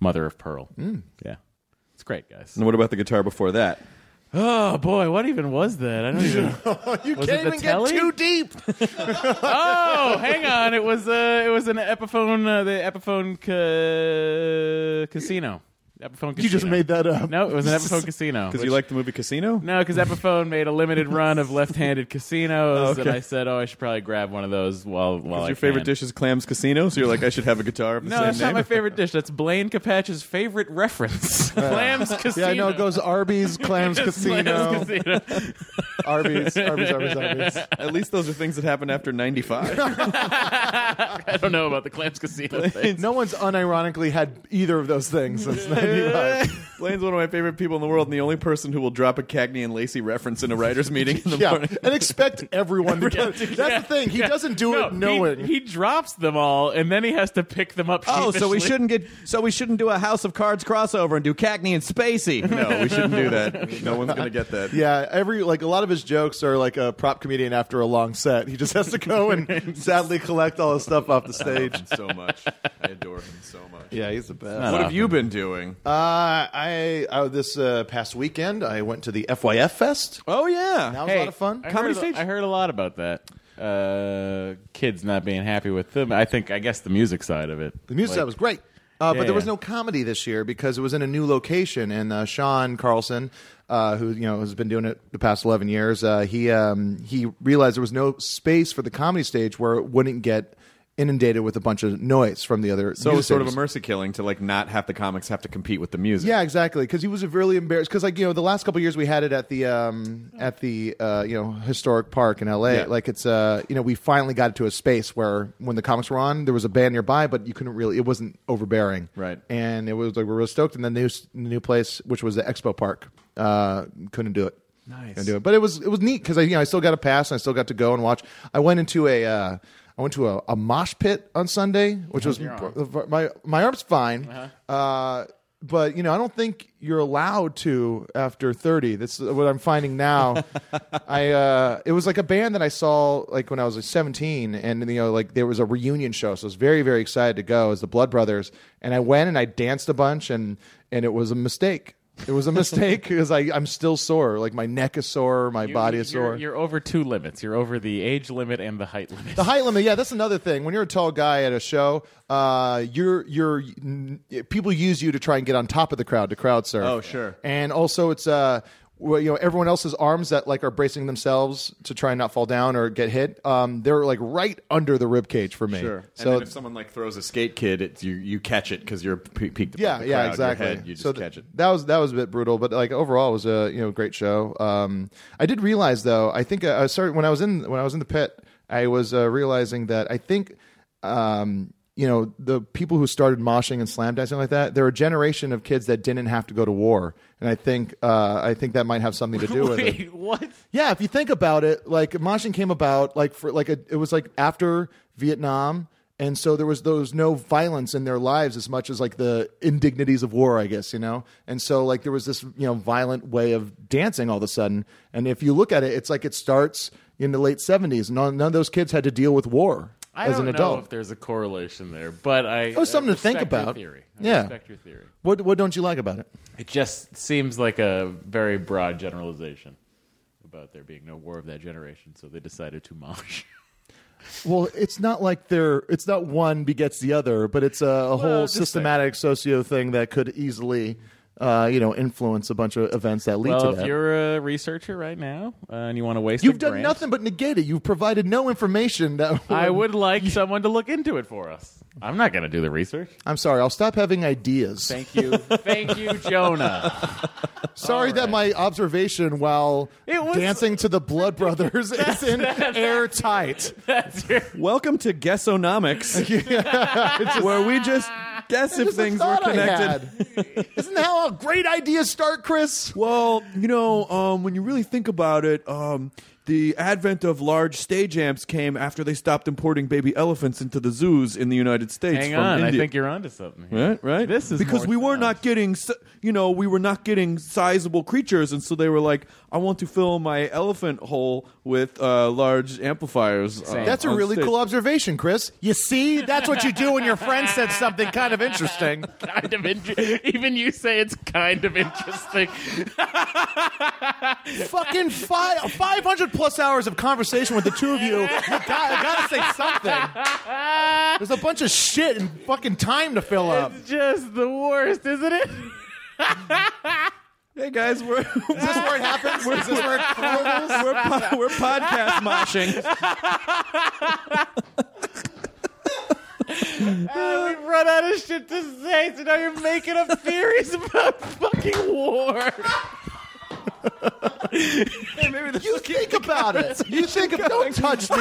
[SPEAKER 4] mother of pearl. Yeah, it's great, guys.
[SPEAKER 1] And what about the guitar before that?
[SPEAKER 4] Oh boy, what even was that? I don't even. you was can't it the even telly?
[SPEAKER 5] Too deep.
[SPEAKER 4] Oh, hang on. It was uh, it was an Epiphone, uh, the Epiphone ca- Casino. Epiphone. Casino.
[SPEAKER 5] You just made that up.
[SPEAKER 4] No, it was an Epiphone Casino.
[SPEAKER 1] Because you like the movie Casino?
[SPEAKER 4] No, because Epiphone made a limited run of left-handed casinos,
[SPEAKER 1] Okay.
[SPEAKER 4] and I said, "Oh, I should probably grab one of those while while." I
[SPEAKER 1] Your favorite
[SPEAKER 4] can.
[SPEAKER 1] dish is clams casino, so you're like, I should have a guitar of the
[SPEAKER 4] No,
[SPEAKER 1] same
[SPEAKER 4] that's
[SPEAKER 1] name.
[SPEAKER 4] not my favorite dish. That's Blaine Capatch's favorite reference. Clams Casino.
[SPEAKER 5] Yeah, I know. It goes Arby's, Clams Casino,
[SPEAKER 4] Clams Casino.
[SPEAKER 5] Arby's, Arby's, Arby's, Arby's.
[SPEAKER 1] At least those are things that happened after '95.
[SPEAKER 4] I don't know about the Clams Casino thing.
[SPEAKER 5] No one's unironically had either of those things since '95.
[SPEAKER 1] Blaine's one of my favorite people in the world, and the only person who will drop a Cagney and Lacey reference in a writers' meeting in the
[SPEAKER 5] Yeah,
[SPEAKER 1] morning.
[SPEAKER 5] and expect everyone to get. That's the thing. He
[SPEAKER 4] Yeah.
[SPEAKER 5] doesn't do
[SPEAKER 4] No,
[SPEAKER 5] it knowing.
[SPEAKER 4] He, he drops them all, and then he has to pick them up. sheepishly.
[SPEAKER 1] get. Oh, So we shouldn't do a House of Cards crossover and do Cagney and Spacey. No, we shouldn't do that. No one's gonna get that.
[SPEAKER 5] yeah, every like a lot of his jokes are like a prop comedian after a long set. He just has to go and sadly collect all his stuff off the stage.
[SPEAKER 1] so much. I adore him so much.
[SPEAKER 5] Yeah, he's the best.
[SPEAKER 1] What have you been doing?
[SPEAKER 5] Uh, I uh, this uh, past weekend I went to the FYF Fest.
[SPEAKER 1] oh yeah,
[SPEAKER 5] That was a lot of fun.
[SPEAKER 4] I
[SPEAKER 1] Comedy
[SPEAKER 4] heard,
[SPEAKER 1] stage?
[SPEAKER 4] I heard a lot about that. Uh, kids not being happy with them. I think. I guess the music side of it.
[SPEAKER 5] The music
[SPEAKER 4] Like,
[SPEAKER 5] side was great. Uh,
[SPEAKER 4] Yeah,
[SPEAKER 5] but there was
[SPEAKER 4] yeah.
[SPEAKER 5] no comedy this year because it was in a new location. And uh, Sean Carlson, uh, who you know has been doing it the past eleven years, uh, he um, he realized there was no space for the comedy stage where it wouldn't get inundated with a bunch of noise from the other.
[SPEAKER 1] So it
[SPEAKER 5] news
[SPEAKER 1] was sort of a
[SPEAKER 5] stations.
[SPEAKER 1] mercy killing to like not have the comics have to compete with the music.
[SPEAKER 5] Yeah, exactly. Because he was really embarrassed. Because like you know, the last couple years we had it at the um, at the uh, you know historic park in L.A.
[SPEAKER 1] Yeah.
[SPEAKER 5] Like it's uh you know we finally got it to a space where when the comics were on there was a band nearby, but you couldn't really it wasn't overbearing.
[SPEAKER 1] Right.
[SPEAKER 5] And it was like we were stoked. And the new new place, which was the Expo Park, uh, couldn't do it.
[SPEAKER 1] Nice.
[SPEAKER 5] Couldn't do it. But it was it was neat because I you know I still got a pass and I still got to go and watch. I went into a. Uh, I went to a, a mosh pit on Sunday, which was my my arm's fine.
[SPEAKER 1] Uh-huh.
[SPEAKER 5] uh but you know, I don't think you're allowed to after 30. That's what I'm finding now. I uh, it was like a band that I saw like when I was like 17, and you know, like there was a reunion show, so I was very very excited to go as the Blood Brothers, and I went and I danced a bunch, and and it was a mistake. It was a mistake because I I'm still sore. Like my neck is sore, my
[SPEAKER 4] you-
[SPEAKER 5] body is
[SPEAKER 4] you're-
[SPEAKER 5] sore.
[SPEAKER 4] You're over two limits. You're over the age limit and the height limit.
[SPEAKER 5] The height limit, yeah, that's another thing. When you're a tall guy at a show, uh, you're you're n- people use you to try and get on top of the crowd to crowd surf.
[SPEAKER 1] Oh, sure.
[SPEAKER 5] And also, it's uh, well, you know everyone else's arms that like are bracing themselves to try and not fall down or get hit. Um, they're like right under the rib cage for me.
[SPEAKER 1] Sure. and
[SPEAKER 5] So
[SPEAKER 1] then if someone like throws a skate kid, it's, you you catch it because you're pe- peaked. above
[SPEAKER 5] yeah,
[SPEAKER 1] the
[SPEAKER 5] yeah,
[SPEAKER 1] crowd, your
[SPEAKER 5] exactly.
[SPEAKER 1] head, you just
[SPEAKER 5] so th-
[SPEAKER 1] catch it.
[SPEAKER 5] That was that was a bit brutal, but like overall, it was a you know great show. Um, I did realize though, I think uh, I started when I was in when I was in the pit, I was uh, realizing that I think. Um, you know the people who started moshing and slam dancing like that. They're a generation of kids that didn't have to go to war, and I think uh, I think that might have something to do with it.
[SPEAKER 4] Wait, what?
[SPEAKER 5] Yeah, if you think about it, like moshing came about like for like a, it was like after Vietnam, and so there was those no violence in their lives as much as like the indignities of war, I guess you know. And so like there was this you know violent way of dancing all of a sudden, and if you look at it, it's like it starts in the late seventies. None, none of those kids had to deal with war
[SPEAKER 4] I
[SPEAKER 5] as
[SPEAKER 4] don't
[SPEAKER 5] an
[SPEAKER 4] know
[SPEAKER 5] adult.
[SPEAKER 4] if there's a correlation there, but I it
[SPEAKER 5] was something to think about.
[SPEAKER 4] Theory. I
[SPEAKER 5] Yeah.
[SPEAKER 4] respect your theory.
[SPEAKER 5] what what don't you like about it?
[SPEAKER 4] It just seems like a very broad generalization about there being no war of that generation, so they decided to mosh.
[SPEAKER 5] Well, it's not like they're it's not one begets the other, but it's a, a whole
[SPEAKER 4] just
[SPEAKER 5] systematic socio thing that could easily, uh, you know, influence a bunch of events that lead
[SPEAKER 4] well,
[SPEAKER 5] to
[SPEAKER 4] if
[SPEAKER 5] that.
[SPEAKER 4] you're a researcher right now uh, and you want to waste, a
[SPEAKER 5] You've done
[SPEAKER 4] grant,
[SPEAKER 5] nothing but negate it. You've provided no information that
[SPEAKER 4] I would like someone to look into it for us. I'm not going to do the research.
[SPEAKER 5] I'm sorry. I'll stop having ideas.
[SPEAKER 4] Thank you, thank you, Jonah.
[SPEAKER 5] sorry that my observation while
[SPEAKER 4] It was-
[SPEAKER 5] dancing to the Blood Brothers is in airtight.
[SPEAKER 4] That's your
[SPEAKER 1] Welcome to guessonomics, where we just guess if
[SPEAKER 5] Just a
[SPEAKER 1] things were
[SPEAKER 5] thought I
[SPEAKER 1] connected.
[SPEAKER 5] had. Isn't that how great ideas start, Chris?
[SPEAKER 1] Well, you know, um, when you really think about it, um, the advent of large stage amps came after they stopped importing baby elephants into the zoos in the United States
[SPEAKER 4] Hang
[SPEAKER 1] from
[SPEAKER 4] on, I
[SPEAKER 1] India.
[SPEAKER 4] think you're onto something. here.
[SPEAKER 1] Right, right.
[SPEAKER 4] This is
[SPEAKER 1] because
[SPEAKER 4] more
[SPEAKER 1] we were
[SPEAKER 4] sound.
[SPEAKER 1] not getting, s- you know, we were not getting sizable creatures, and so they were like, "I want to fill my elephant hole with uh, large amplifiers." uh,
[SPEAKER 5] That's a
[SPEAKER 1] on
[SPEAKER 5] really
[SPEAKER 1] stage.
[SPEAKER 5] cool observation, Chris. You see, that's what you do when your friend said something kind of interesting.
[SPEAKER 4] kind of inter- even you say it's kind of interesting.
[SPEAKER 5] Fucking five, 500 plus hours of conversation with the two of you. You gotta, gotta say something. There's a bunch of shit and fucking time to fill up. Is
[SPEAKER 4] It's just the worst, isn't it?
[SPEAKER 1] Hey guys, we're we're,
[SPEAKER 5] this where it happens? Is this where it crumbles?
[SPEAKER 1] po- we're podcast moshing.
[SPEAKER 4] We've run out of shit to say, so now you're making up theories about fucking war.
[SPEAKER 5] You think about it. You think of, don't touch me.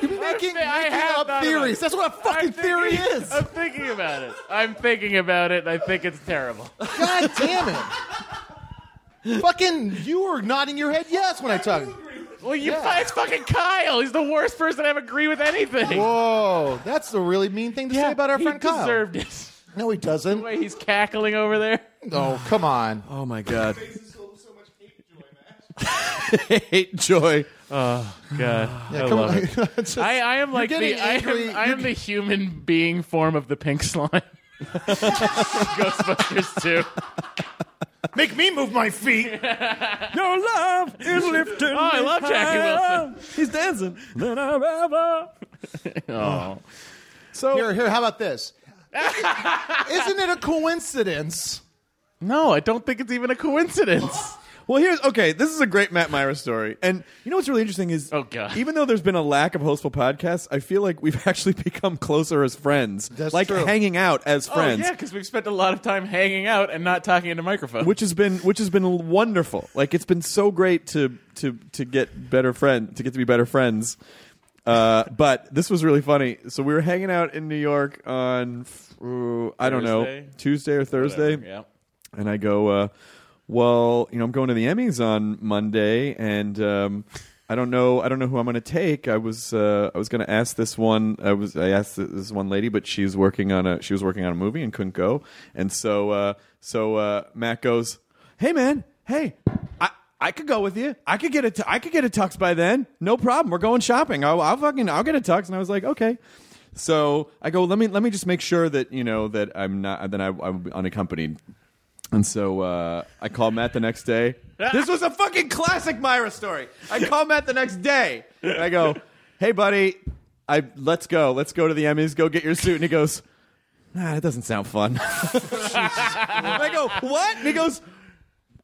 [SPEAKER 5] You're making,
[SPEAKER 4] I have
[SPEAKER 5] making
[SPEAKER 4] thought
[SPEAKER 5] up
[SPEAKER 4] about
[SPEAKER 5] theories.
[SPEAKER 4] it.
[SPEAKER 5] That's what a fucking theory is.
[SPEAKER 4] I'm thinking about it. I'm thinking about it, and I think it's terrible.
[SPEAKER 5] God damn it. Fucking, you were nodding your head yes when I talked.
[SPEAKER 4] Well, you it's fucking Kyle. He's the worst person I have agree with anything.
[SPEAKER 5] Whoa, that's a really mean thing to say about our
[SPEAKER 4] he
[SPEAKER 5] friend Kyle.
[SPEAKER 4] deserved it.
[SPEAKER 5] no, he doesn't.
[SPEAKER 4] The way he's cackling over there.
[SPEAKER 5] Oh, come on.
[SPEAKER 1] Oh my god! Hate joy.
[SPEAKER 4] God, I
[SPEAKER 5] come
[SPEAKER 4] love
[SPEAKER 5] on.
[SPEAKER 4] it.
[SPEAKER 5] It's just-
[SPEAKER 4] I, I am like
[SPEAKER 5] getting
[SPEAKER 4] the I
[SPEAKER 5] angry.
[SPEAKER 4] am, I am the human being form of the pink slime. Ghostbusters too.
[SPEAKER 5] make me move my feet.
[SPEAKER 1] Your love is lifting.
[SPEAKER 4] Oh, I love Jackie Wilson.
[SPEAKER 1] He's dancing than I've ever.
[SPEAKER 4] Oh,
[SPEAKER 1] So
[SPEAKER 5] Here, here. How about this? Isn't it a coincidence?
[SPEAKER 4] no, I don't think it's even a coincidence.
[SPEAKER 1] Well, here's okay. This is a great Matt Myra story, and you know what's really interesting is,
[SPEAKER 4] Oh, God.
[SPEAKER 1] even though there's been a lack of hostful podcasts, I feel like we've actually become closer as friends,
[SPEAKER 5] That's
[SPEAKER 1] like
[SPEAKER 5] true.
[SPEAKER 1] hanging out as friends,
[SPEAKER 4] Oh yeah, because we've spent a lot of time hanging out and not talking into microphones.
[SPEAKER 1] which has been which has been wonderful. Like it's been so great to to to get better friend to get to be better friends. Uh, but this was really funny. So we were hanging out in New York on uh, I don't know
[SPEAKER 4] Thursday?
[SPEAKER 1] Tuesday or Thursday.
[SPEAKER 4] Yeah.
[SPEAKER 1] and I go, uh, well, you know, I'm going to the Emmys on Monday, and um, I don't know, I don't know who I'm going to take. I was, uh, I was going to ask this one. I was, I asked this one lady, but she's working on a, she was working on a movie and couldn't go, and so, uh, so uh, Matt goes, hey man, hey, I. I could go with you. I could get a. T- I could get a tux by then. No problem. We're going shopping. I'll, I'll fucking. I'll get a tux. And I was like, okay. So I go. Let me. Let me just make sure that you know that I'm not. That I, I'm unaccompanied. And so uh, I call Matt the next day. This was a fucking classic Myra story. I call Matt the next day. And I go, "Hey, buddy, I let's go. Let's go to the Emmys. Go get your suit." And he goes, nah, that doesn't sound fun. And I go, what? And he goes,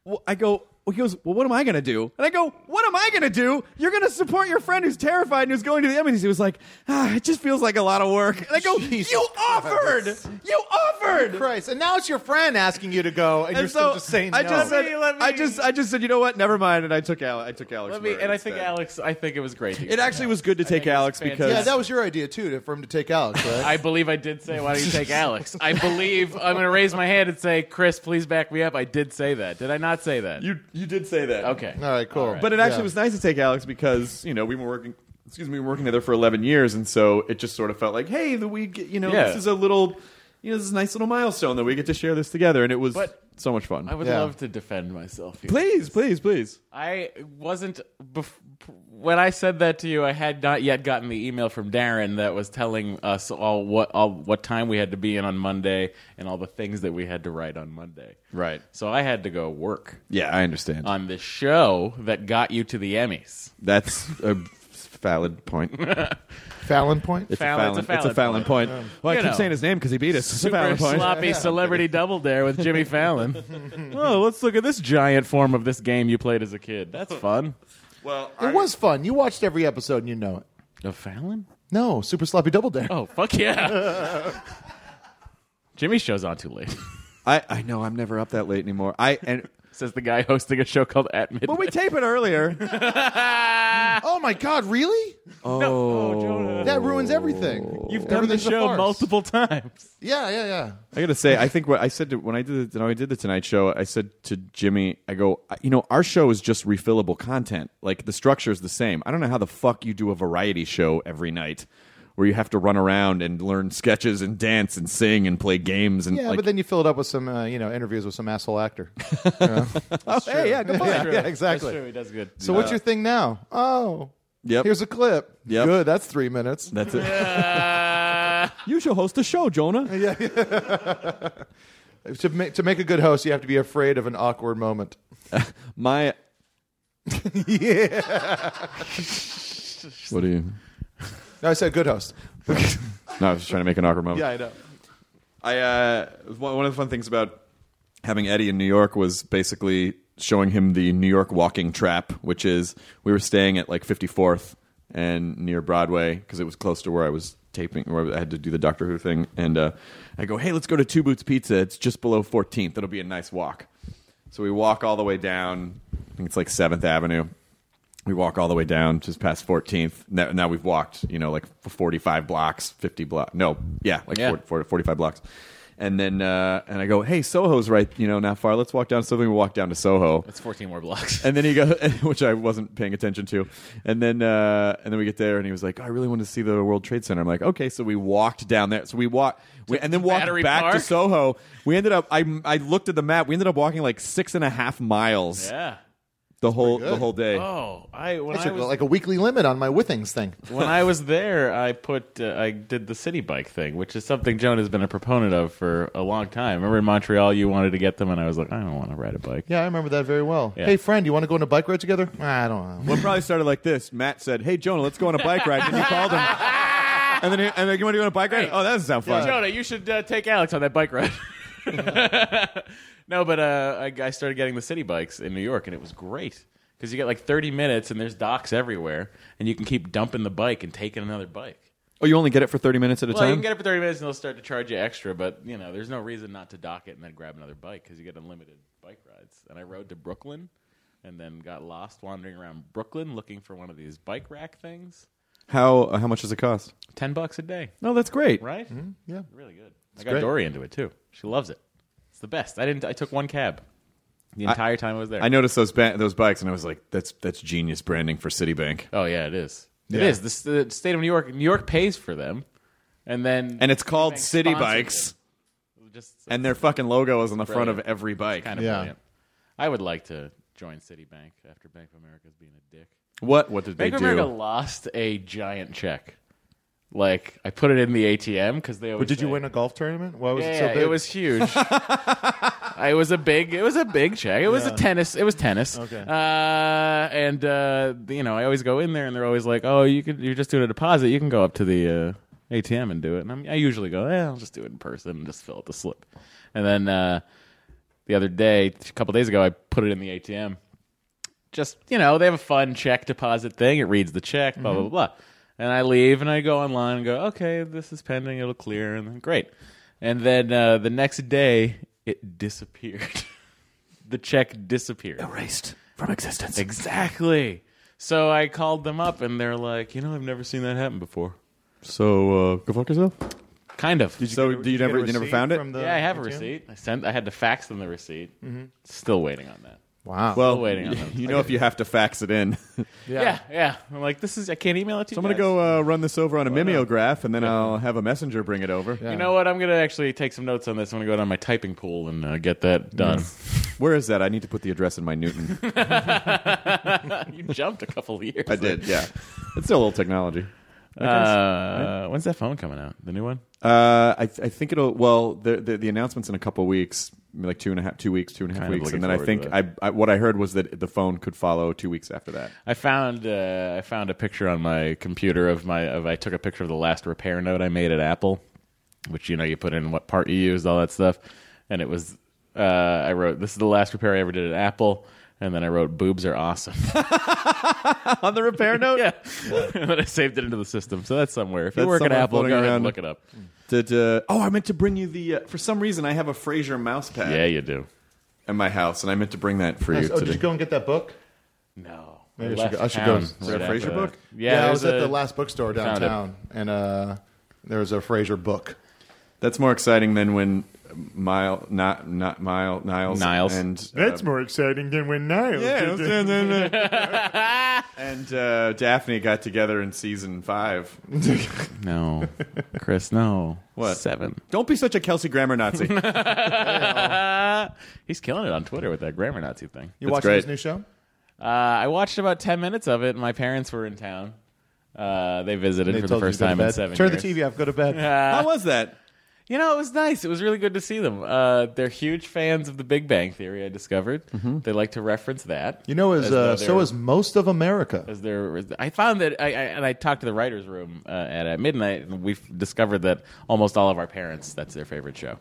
[SPEAKER 1] well, I go, well, he goes, well, what am I going to do? And I go, what am I going to do? You're going to support your friend who's terrified and who's going to the embassy. He was like, ah, it just feels like a lot of work. And I go, you offered, you offered.
[SPEAKER 5] Christ. And now it's your friend asking you to go, and, you're
[SPEAKER 1] And
[SPEAKER 5] still
[SPEAKER 1] so
[SPEAKER 5] just saying
[SPEAKER 1] I
[SPEAKER 5] no.
[SPEAKER 1] just said,
[SPEAKER 4] Let me- let
[SPEAKER 1] I
[SPEAKER 4] me-
[SPEAKER 1] just, I just said, you know what? Never mind. And I took Alex. I took Alex.
[SPEAKER 4] Let me,
[SPEAKER 1] Murray
[SPEAKER 4] and I think
[SPEAKER 1] instead.
[SPEAKER 4] Alex. I think it was great. to
[SPEAKER 1] It actually was good to take
[SPEAKER 4] it was
[SPEAKER 1] Alex because
[SPEAKER 5] yeah, that was your idea too, to, for him to take Alex, right?
[SPEAKER 4] I believe I did say, "Why don't you take Alex?" I believe I'm going to raise my hand and say, "Chris, please back me up." I did say that. Did I not say that?
[SPEAKER 1] you, you did say that.
[SPEAKER 4] okay.
[SPEAKER 5] All right, cool.
[SPEAKER 1] But it actually
[SPEAKER 5] Yeah.
[SPEAKER 1] was nice to take Alex because you know we were working. Excuse me, we were working together for eleven years, and so it just sort of felt like, hey, the we get- you know
[SPEAKER 4] Yeah.
[SPEAKER 1] this is a little, you know, this is a nice little milestone that we get to share this together, and it was
[SPEAKER 4] But-
[SPEAKER 1] so much fun.
[SPEAKER 4] I would
[SPEAKER 5] Yeah.
[SPEAKER 4] love to defend myself. Here.
[SPEAKER 1] please, please, please.
[SPEAKER 4] I wasn't bef- when I said that to you. I had not yet gotten the email from Darren that was telling us all what all what time we had to be in on Monday and all the things that we had to write on Monday.
[SPEAKER 1] Right.
[SPEAKER 4] So I had to go work
[SPEAKER 1] Yeah, I understand.
[SPEAKER 4] on this show that got you to the Emmys.
[SPEAKER 1] That's a valid point. It's
[SPEAKER 5] Fallon point.
[SPEAKER 1] a
[SPEAKER 4] Fallon- it's a
[SPEAKER 1] It's a Fallon
[SPEAKER 4] Fallon
[SPEAKER 1] point. Well, I
[SPEAKER 4] You
[SPEAKER 1] keep
[SPEAKER 4] know.
[SPEAKER 1] saying his name because he beat us. It's a
[SPEAKER 4] Super
[SPEAKER 1] Fallon point.
[SPEAKER 4] sloppy celebrity double dare with Jimmy Fallon. oh, let's look at this giant form of this game you played as a kid. That's fun.
[SPEAKER 1] Well,
[SPEAKER 5] It was fun. You watched every episode and you know it.
[SPEAKER 4] A Fallon?
[SPEAKER 5] No, super sloppy double dare.
[SPEAKER 4] Oh, fuck yeah. Jimmy shows on too late.
[SPEAKER 1] I, I know I'm never up that late anymore. I and
[SPEAKER 4] Says the guy hosting a show called At Midnight.
[SPEAKER 1] but we tape it earlier.
[SPEAKER 5] Oh my God, really?
[SPEAKER 4] oh, Jonah.
[SPEAKER 5] That ruins everything.
[SPEAKER 4] You've done the
[SPEAKER 5] Everything's a
[SPEAKER 4] show
[SPEAKER 5] farce.
[SPEAKER 4] multiple times.
[SPEAKER 5] Yeah, yeah, yeah.
[SPEAKER 1] I gotta say, I think what I said to, when I did the, when I did the Tonight Show, I said to Jimmy, I go, "I- you know, our show is just refillable content. Like the structure is the same. I don't know how the fuck you do a variety show every night where you have to run around and learn sketches and dance and sing and play games and
[SPEAKER 5] Yeah,
[SPEAKER 1] like,
[SPEAKER 5] but then you fill it up with some, uh, you know, interviews with some asshole actor.
[SPEAKER 1] oh, hey, yeah, good point.
[SPEAKER 5] yeah, exactly.
[SPEAKER 4] That's true. He does good.
[SPEAKER 5] So what's your thing now? Oh,
[SPEAKER 1] Yep.
[SPEAKER 5] here's a clip.
[SPEAKER 1] Yep.
[SPEAKER 5] Good. That's three minutes.
[SPEAKER 1] That's it. you should host a show, Jonah.
[SPEAKER 5] to make to make a good host, you have to be afraid of an awkward moment.
[SPEAKER 1] My
[SPEAKER 5] yeah.
[SPEAKER 1] what do you?
[SPEAKER 5] No, I said good host.
[SPEAKER 1] No, I was just trying to make an awkward moment.
[SPEAKER 5] Yeah, I know.
[SPEAKER 1] I uh, one one of the fun things about having Eddie in New York was basically showing him the New York walking trap, which is we were staying at like 54th and near Broadway because it was close to where I was taping, where I had to do the Doctor Who thing. And uh, I go, hey, let's go to Two Boots Pizza. It's just below 14th. It'll be a nice walk. So we walk all the way down. I think it's like Seventh Avenue. We walk all the way down just past 14th. Now, now we've walked, you know, like 45 blocks, 50 blocks. No, yeah, like
[SPEAKER 4] Yeah.
[SPEAKER 1] 40 40 45 blocks. And then uh, and I go, hey, Soho's right, you know, not far. Let's walk down. So then we walk down to Soho.
[SPEAKER 4] That's 14 more blocks.
[SPEAKER 1] And then he goes, which I wasn't paying attention to. And then uh, and then we get there, and he was like, "Oh, I really want to see the World Trade Center. I'm like, okay. So we walked down there. So we walked, we, and then walked
[SPEAKER 4] Battery
[SPEAKER 1] back to
[SPEAKER 4] Park?
[SPEAKER 1] Soho. We ended up. I I looked at the map. We ended up walking like six and a half miles
[SPEAKER 4] yeah.
[SPEAKER 1] the whole
[SPEAKER 5] good.
[SPEAKER 1] the whole day.
[SPEAKER 4] Oh, I when
[SPEAKER 5] That's
[SPEAKER 4] I
[SPEAKER 5] a-
[SPEAKER 4] was
[SPEAKER 5] like a weekly limit on my withings thing.
[SPEAKER 4] when I was there, I put uh, I did the city bike thing, which is something Joan has been a proponent of for a long time. Remember in Montreal, you wanted to get them, and I was like, I don't want to ride a bike.
[SPEAKER 5] Yeah, I remember that very well.
[SPEAKER 4] Yeah.
[SPEAKER 5] Hey, friend, you want to go on a bike ride together? Ah, I don't know.
[SPEAKER 1] Well, it probably started like this. Matt said, "Hey Jonah, let's go on a bike ride." And you called him, and then he- and then you want to go on a bike ride? Oh, that doesn't sound fun.
[SPEAKER 4] Jonah, you should uh, take Alex on that bike ride. no, but uh, I, I started getting the city bikes in New York, and it was great because you get like 30 minutes, and there's docks everywhere, and you can keep dumping the bike and taking another bike.
[SPEAKER 1] Oh, you only get it for thirty minutes at a
[SPEAKER 4] Well, you
[SPEAKER 1] time.
[SPEAKER 4] can get it for 30 minutes, and they'll start to charge you extra, but you know, there's no reason not to dock it and then grab another bike because you get unlimited bike rides. And I rode to Brooklyn, and then got lost wandering around Brooklyn looking for one of these bike rack things.
[SPEAKER 1] how uh, how much does it cost?
[SPEAKER 4] Ten bucks a day,
[SPEAKER 1] No, that's great.
[SPEAKER 4] right?
[SPEAKER 5] Yeah.
[SPEAKER 4] Really good. I got
[SPEAKER 5] great.
[SPEAKER 4] Dory into it too. She loves it. It's the best. I didn't. I took one cab the entire time I was there.
[SPEAKER 1] I noticed those ba- those bikes, and I was like, "That's that's genius branding for Citibank."
[SPEAKER 4] Oh yeah, it is. It
[SPEAKER 5] Yeah.
[SPEAKER 4] is. The, s- the state of New York. New York pays for them, and then
[SPEAKER 1] And it's called
[SPEAKER 4] Citibank
[SPEAKER 1] City
[SPEAKER 4] sponsors
[SPEAKER 1] Bikes,
[SPEAKER 4] it. Just
[SPEAKER 1] and their fucking logo is on the front of
[SPEAKER 4] Brilliant.
[SPEAKER 1] every bike.
[SPEAKER 4] kind of
[SPEAKER 5] Yeah.
[SPEAKER 4] brilliant. I would like to join Citibank after Bank of America's being a dick.
[SPEAKER 1] What what did they
[SPEAKER 4] Bank of America
[SPEAKER 1] do?
[SPEAKER 4] lost a giant check. Like I put it in the ATM because they always.
[SPEAKER 5] But did you
[SPEAKER 4] say-
[SPEAKER 5] win a golf tournament? Why was
[SPEAKER 4] Yeah,
[SPEAKER 5] it so
[SPEAKER 4] yeah,
[SPEAKER 5] big?
[SPEAKER 4] it was huge. Uh, it was a big. It was a big check. It was a tennis. It was tennis.
[SPEAKER 5] Okay.
[SPEAKER 4] Uh, and uh, you know, I always go in there, and they're always like, "Oh, you could. You're just doing a deposit. You can go up to the." Uh, ATM and do it. And I'm, I usually go, eh, I'll just do it in person and just fill out the slip. And then uh, the other day, a couple days ago, I put it in the ATM. Just you know, they have a fun check deposit thing. It reads the check, blah
[SPEAKER 1] Mm-hmm.
[SPEAKER 4] blah blah. And I leave and I go online and go, okay, this is pending. It'll clear, and then great. And then uh, the next day, it disappeared. the check disappeared.
[SPEAKER 1] Erased from existence.
[SPEAKER 4] Exactly. So I called them up and they're like, you know, I've never seen that happen before. So uh, go fuck yourself. Kind of.
[SPEAKER 1] so you, you never you never found it?
[SPEAKER 4] yeah, I have a receipt. I sent. I had to fax them the receipt.
[SPEAKER 1] Mm-hmm.
[SPEAKER 4] Still waiting on that.
[SPEAKER 5] Wow.
[SPEAKER 1] well,
[SPEAKER 4] waiting on them.
[SPEAKER 1] you know if you have to fax it in. so
[SPEAKER 4] Yeah. yeah, I'm like, this is. I can't email it to you.
[SPEAKER 1] I'm gonna
[SPEAKER 4] guys.
[SPEAKER 1] go uh, run this over on a mimeograph, and then I'll have a messenger bring it over.
[SPEAKER 4] You know what? I'm gonna actually take some notes on this. I'm gonna go down my typing pool and uh, get that done.
[SPEAKER 1] Where is that? I need to put the address in my Newton.
[SPEAKER 4] you jumped a couple of years.
[SPEAKER 1] I did. Yeah, it's still old technology.
[SPEAKER 4] Uh, when's that phone coming out? The new one?
[SPEAKER 1] Uh, I, I think it'll. Well, the, the the announcements in a couple weeks, like two and a half, two weeks, two and a half
[SPEAKER 4] Kind of
[SPEAKER 1] weeks,
[SPEAKER 4] looking
[SPEAKER 1] and then I
[SPEAKER 4] forward to
[SPEAKER 1] think I, I what I heard was that the phone could follow two weeks after that.
[SPEAKER 4] I found uh, I found a picture on my computer of my of I took a picture of the last repair note I made at Apple, which you know you put in what part you used, all that stuff, and it was uh, I wrote this is the last repair I ever did at Apple, and then I wrote boobs are awesome on the repair note, yeah, and then I saved it into the system, so that's somewhere. If you
[SPEAKER 1] That's
[SPEAKER 4] work at
[SPEAKER 1] somewhere
[SPEAKER 4] Apple, go
[SPEAKER 1] floating
[SPEAKER 4] ahead
[SPEAKER 1] around.
[SPEAKER 4] and look it up.
[SPEAKER 1] Did uh, oh, I meant to bring you the. Uh, for some reason, I have a Fraser mouse pad
[SPEAKER 4] Yeah, you do.
[SPEAKER 1] at my house, and I meant to bring that for you
[SPEAKER 5] oh, did
[SPEAKER 1] today.
[SPEAKER 5] you go and get that book?
[SPEAKER 4] No,
[SPEAKER 5] Maybe I should
[SPEAKER 4] left
[SPEAKER 5] go- I should
[SPEAKER 4] town
[SPEAKER 5] go- Is
[SPEAKER 1] there a
[SPEAKER 4] right
[SPEAKER 1] Fraser
[SPEAKER 4] after
[SPEAKER 1] book?
[SPEAKER 4] that. Yeah,
[SPEAKER 5] I was
[SPEAKER 4] there's
[SPEAKER 5] at
[SPEAKER 4] a-
[SPEAKER 5] the last bookstore
[SPEAKER 4] found it.
[SPEAKER 5] downtown, and uh, there was a Fraser book.
[SPEAKER 1] That's more exciting than when Mile not not Mile Niles
[SPEAKER 4] Niles.
[SPEAKER 1] and uh,
[SPEAKER 5] more exciting than when Niles.
[SPEAKER 1] Yeah, and uh, Daphne got together in season five.
[SPEAKER 4] No, Chris, no.
[SPEAKER 1] What?
[SPEAKER 4] seven?
[SPEAKER 1] Don't be such a Kelsey Grammer Nazi.
[SPEAKER 4] Uh, He's killing it on Twitter with that grammar Nazi thing.
[SPEAKER 5] you
[SPEAKER 1] It's
[SPEAKER 5] watching
[SPEAKER 1] great.
[SPEAKER 5] his new show?
[SPEAKER 4] Uh, I watched about ten minutes of it. and My parents were in town. Uh, they visited
[SPEAKER 5] They
[SPEAKER 4] for the
[SPEAKER 5] told you
[SPEAKER 4] first
[SPEAKER 5] to go to
[SPEAKER 4] time in
[SPEAKER 5] bed.
[SPEAKER 4] seven
[SPEAKER 5] Turn
[SPEAKER 4] years.
[SPEAKER 5] the TV off. Go to bed.
[SPEAKER 4] Uh,
[SPEAKER 1] How was that?
[SPEAKER 4] You know, it was nice. It was really good to see them. Uh, they're huge fans of The Big Bang Theory. I discovered they like to reference that.
[SPEAKER 5] Mm-hmm. You know,
[SPEAKER 4] As
[SPEAKER 5] is
[SPEAKER 4] though
[SPEAKER 5] uh,
[SPEAKER 4] they're-
[SPEAKER 5] so is most of America.
[SPEAKER 4] as there was- I found that I, I and I talked to the writers room uh, at, at midnight, and we have discovered that almost all of our parents that's their favorite show.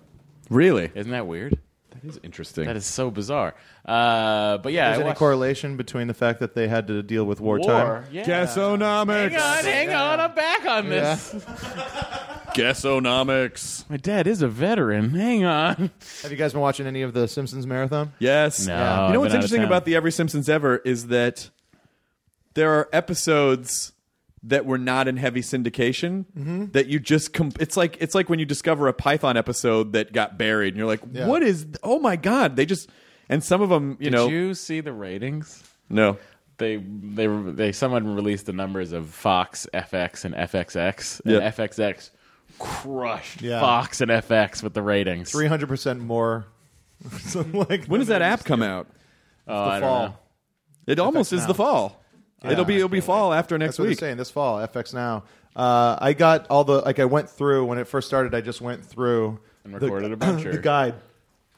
[SPEAKER 1] Really?
[SPEAKER 4] Isn't that weird?
[SPEAKER 1] That is interesting.
[SPEAKER 4] That is so bizarre. Uh, but yeah,
[SPEAKER 5] Is
[SPEAKER 4] I
[SPEAKER 5] any
[SPEAKER 4] watched-
[SPEAKER 5] correlation between the fact that they had to deal with wartime?
[SPEAKER 4] war. Yeah. Hang on,
[SPEAKER 1] Gasonomics.
[SPEAKER 4] hang on, I'm back on this.
[SPEAKER 1] Gasonomics.
[SPEAKER 4] My dad is a veteran. Hang on.
[SPEAKER 5] Have you guys been watching any of the Simpsons marathon?
[SPEAKER 1] Yes.
[SPEAKER 4] No,
[SPEAKER 5] Yeah.
[SPEAKER 1] You
[SPEAKER 4] I've
[SPEAKER 1] know what's
[SPEAKER 4] been out of
[SPEAKER 1] interesting
[SPEAKER 4] town.
[SPEAKER 1] about the Every Simpsons Ever is that there are episodes that were not in heavy syndication
[SPEAKER 5] Mm-hmm.
[SPEAKER 1] that you just com- it's like it's like when you discover a Python episode that got buried and you're like,
[SPEAKER 5] Yeah.
[SPEAKER 1] what is? Oh my god! They just and some of them, you
[SPEAKER 4] Did
[SPEAKER 1] know,
[SPEAKER 4] you see the ratings?
[SPEAKER 1] no.
[SPEAKER 4] They they they someone released the numbers of Fox, FX, and FXX, and
[SPEAKER 1] Yep.
[SPEAKER 4] FXX crushed
[SPEAKER 5] Yeah.
[SPEAKER 4] Fox and FX with the ratings.
[SPEAKER 5] Three hundred percent more. So, like,
[SPEAKER 1] When does that app come out?
[SPEAKER 4] Oh,
[SPEAKER 5] The
[SPEAKER 4] I don't
[SPEAKER 5] fall.
[SPEAKER 4] know.
[SPEAKER 1] It almost is the fall. it'll be it'll be fall after next
[SPEAKER 5] That's what they're
[SPEAKER 1] week.
[SPEAKER 5] saying this fall. FX now. Uh, I got all the like. I went through when it first started. I just went through
[SPEAKER 4] And
[SPEAKER 5] the-
[SPEAKER 4] recorded a bunch,
[SPEAKER 5] the
[SPEAKER 4] or-
[SPEAKER 5] guide,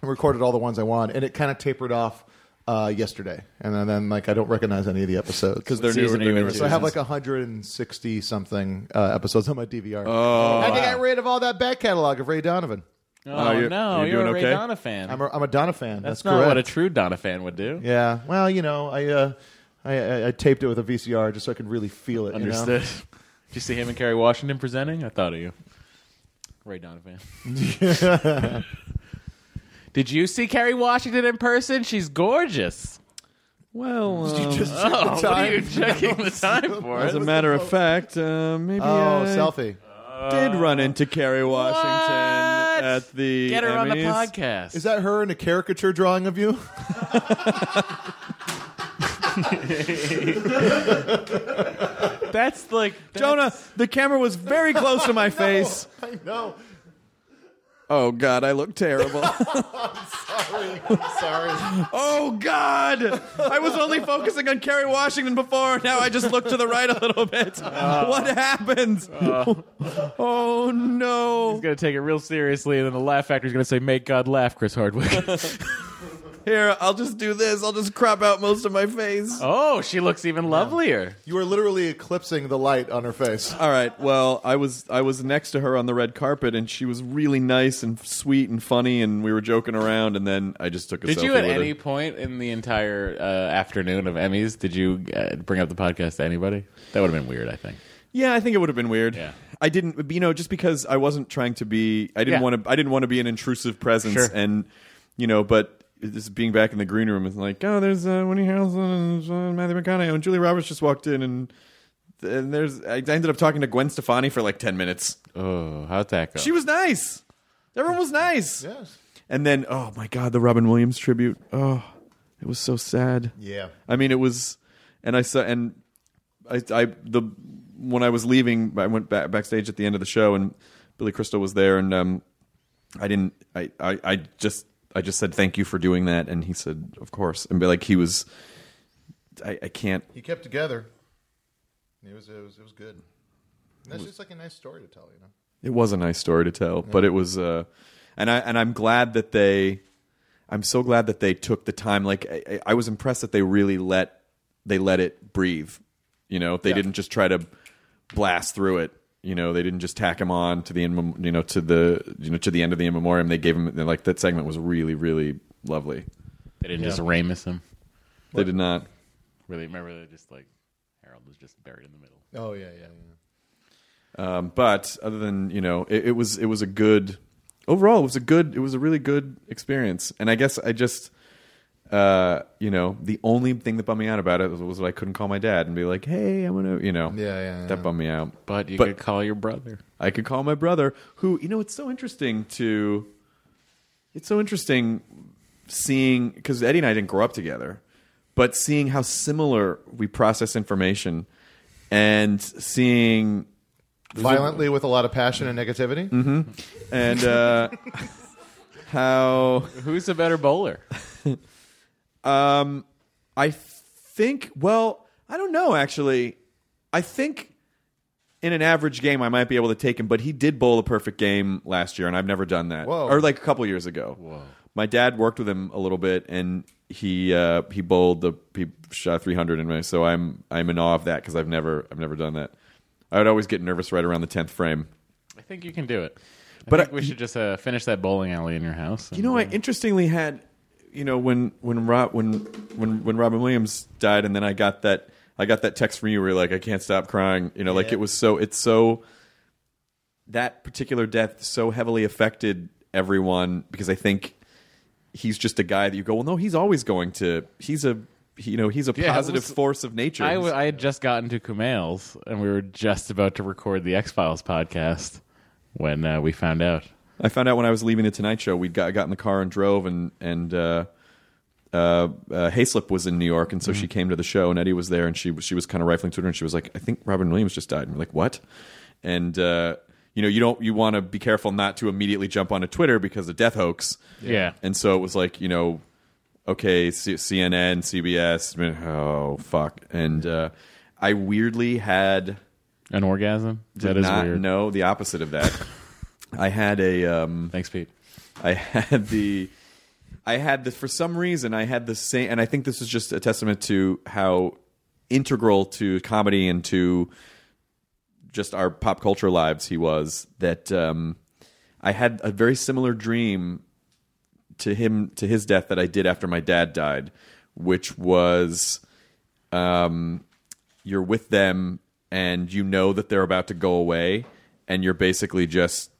[SPEAKER 5] and recorded all the ones I wanted, and it kind of tapered off uh, yesterday. And then, then like I don't recognize any of the episodes because
[SPEAKER 1] They're newer
[SPEAKER 4] Season
[SPEAKER 1] than
[SPEAKER 4] are you
[SPEAKER 1] newer
[SPEAKER 4] into?
[SPEAKER 5] So I have
[SPEAKER 1] seasons.
[SPEAKER 5] like 160 something uh, episodes on my DVR. Oh, I had to get rid of all that back catalog of Ray Donovan.
[SPEAKER 4] Oh,
[SPEAKER 1] you're-
[SPEAKER 4] no,
[SPEAKER 1] you're
[SPEAKER 4] you're,
[SPEAKER 1] doing
[SPEAKER 4] a Ray
[SPEAKER 1] okay?
[SPEAKER 4] Donna fan.
[SPEAKER 5] I'm a, I'm a Donna fan. That's,
[SPEAKER 4] That's, not
[SPEAKER 5] correct.
[SPEAKER 4] what a true Donna fan would do.
[SPEAKER 5] yeah. Well, you know, I, uh, I I I taped it with a VCR just so I could really feel it. you know?
[SPEAKER 4] Understood. Did you see him and Kerry Washington presenting? I thought of you. Ray Donovan. Did you see Kerry Washington in person? She's gorgeous.
[SPEAKER 1] Well,
[SPEAKER 5] You
[SPEAKER 1] um,
[SPEAKER 5] just took the
[SPEAKER 4] Oh, what
[SPEAKER 5] time.
[SPEAKER 4] are you checking the time for?
[SPEAKER 1] as a matter of fact, uh, maybe
[SPEAKER 5] Oh,
[SPEAKER 1] I
[SPEAKER 5] selfie.
[SPEAKER 1] did run into Kerry Washington
[SPEAKER 4] Uh, What?
[SPEAKER 1] at the
[SPEAKER 4] Get her on the
[SPEAKER 1] Emmys.
[SPEAKER 4] podcast.
[SPEAKER 5] Is that her in a caricature drawing of you?
[SPEAKER 4] that's like
[SPEAKER 1] Jonah, the camera was very close to my face.
[SPEAKER 5] I know.
[SPEAKER 1] Oh God, I look terrible.
[SPEAKER 5] Sorry. I'm sorry.
[SPEAKER 1] oh God, I was only focusing on Kerry Washington before. Now I just look to the right a little bit. what happens? oh no.
[SPEAKER 4] He's gonna take it real seriously, and then the Laugh Factory's gonna say, "Make God laugh, Chris Hardwick."
[SPEAKER 1] Here, I'll just do this. I'll just crop out most of my face.
[SPEAKER 4] Oh, she looks even lovelier.
[SPEAKER 5] You are literally eclipsing the light on her face.
[SPEAKER 1] All right. Well, I was I was next to her on the red carpet, and she was really nice and sweet and funny, and we were joking around, and then I just took a
[SPEAKER 4] Did
[SPEAKER 1] selfie
[SPEAKER 4] you at
[SPEAKER 1] with
[SPEAKER 4] any
[SPEAKER 1] her.
[SPEAKER 4] point in the entire uh, afternoon of Emmys, did you uh, bring up the podcast to anybody? That would have been weird, I think.
[SPEAKER 1] Yeah, I think it would have been weird.
[SPEAKER 4] Yeah.
[SPEAKER 1] I didn't, you know, just because I wasn't trying to be. I didn't
[SPEAKER 4] Yeah.
[SPEAKER 1] want to. I didn't want to be an intrusive presence,
[SPEAKER 4] Sure.
[SPEAKER 1] and you know, but. Just being back in the green room is like, oh, there's uh, Winnie Harrelson and uh, Matthew McConaughey and Julie Roberts just walked in, and and there's I ended up talking to Gwen Stefani for like ten minutes.
[SPEAKER 4] Oh, how'd that go?
[SPEAKER 1] She was nice. Everyone was nice.
[SPEAKER 5] Yes.
[SPEAKER 1] And then, oh my God, the Robin Williams tribute. Oh, it was so sad.
[SPEAKER 5] Yeah.
[SPEAKER 1] I mean, it was, and I saw, and I, I, the when I was leaving, I went back backstage at the end of the show, and Billy Crystal was there, and um, I didn't, I, I, I just, I just said thank you for doing that, and he said, of course, and be like he was, I, I can't,
[SPEAKER 5] He kept together. It was it was it was good. And that's just like a nice story to tell, you know.
[SPEAKER 1] it was a nice story to tell, but it was uh and I and I'm glad that they I'm so glad that they took the time like I, I- I was impressed that they really let they let it breathe. You know, they didn't just try to blast through it. You know, they didn't just tack him on to the in, you know to the you know to the end of the in memoriam. They gave him like that segment was really really lovely.
[SPEAKER 4] they didn't just Ramus him.
[SPEAKER 1] They did not.
[SPEAKER 4] Really, remember they just like Harold was just buried in the middle.
[SPEAKER 5] Oh yeah, yeah, yeah.
[SPEAKER 1] Um, but other than you know, it, it was it was a good overall. It was a good. It was a really good experience. And I guess I just uh, you know the only thing that bummed me out about it was, was that I couldn't call my dad and be like, hey, I'm gonna you know
[SPEAKER 5] Yeah, yeah,
[SPEAKER 1] that
[SPEAKER 5] yeah.
[SPEAKER 1] bummed me out.
[SPEAKER 4] But you
[SPEAKER 1] But-
[SPEAKER 4] could call your brother.
[SPEAKER 1] I could call my brother, who you know it's so interesting to it's so interesting seeing because Eddie and I didn't grow up together, but seeing how similar we process information and seeing
[SPEAKER 5] Violently with a lot of passion and negativity.
[SPEAKER 1] Mm-hmm. and uh, how
[SPEAKER 4] Who's a better bowler?
[SPEAKER 1] um, I think. Well, I don't know. Actually, I think in an average game, I might be able to take him. But he did bowl a perfect game last year, and I've never done that.
[SPEAKER 5] Whoa.
[SPEAKER 1] Or like a couple years ago. Whoa. My dad worked with him a little bit, and he uh, he bowled the he shot 300 in me. So I'm I'm in awe of that because I've never I've never done that. I would always get nervous right around the 10th frame.
[SPEAKER 4] I think you can do it. I
[SPEAKER 1] But
[SPEAKER 4] think
[SPEAKER 1] I-
[SPEAKER 4] we should just uh, finish that bowling alley in your house.
[SPEAKER 1] You know, I interestingly had, you know, when when Rob when when when Robin Williams died, and then I got that I got that text from you where you're like I can't stop crying. You know, like it was so it's so that particular death so heavily affected everyone because I think he's just a guy that you go, well, no, he's always going to he's a you know he's a
[SPEAKER 4] Yeah, it
[SPEAKER 1] positive
[SPEAKER 4] was-
[SPEAKER 1] force of nature.
[SPEAKER 4] I, w- I had just gotten to Kumail's, and we were just about to record the X Files podcast when uh, we found out.
[SPEAKER 1] I found out when I was leaving the Tonight Show, we got got in the car and drove, and and uh, uh, uh, Hayslip was in New York, and so
[SPEAKER 4] Mm-hmm.
[SPEAKER 1] she came to the show, and Eddie was there, and she was- she was kind of rifling through, it, and she was like, "I think Robin Williams just died." And we're like, "What?" And uh, you know, you don't you want to be careful not to immediately jump onto Twitter because of death hoax,
[SPEAKER 4] Yeah.
[SPEAKER 1] and so it was like you know, okay, C- CNN, CBS, I mean, oh fuck, and uh, I weirdly had
[SPEAKER 4] An orgasm?
[SPEAKER 1] did
[SPEAKER 4] that is
[SPEAKER 1] not
[SPEAKER 4] weird.
[SPEAKER 1] know the opposite of that. I had a. Um,
[SPEAKER 4] Thanks, Pete.
[SPEAKER 1] I had the I had the for some reason I had the same and I think this is just a testament to how integral to comedy and to just our pop culture lives he was that um I had a very similar dream to him to his death that I did after my dad died which was um, you're with them and you know that they're about to go away and you're basically just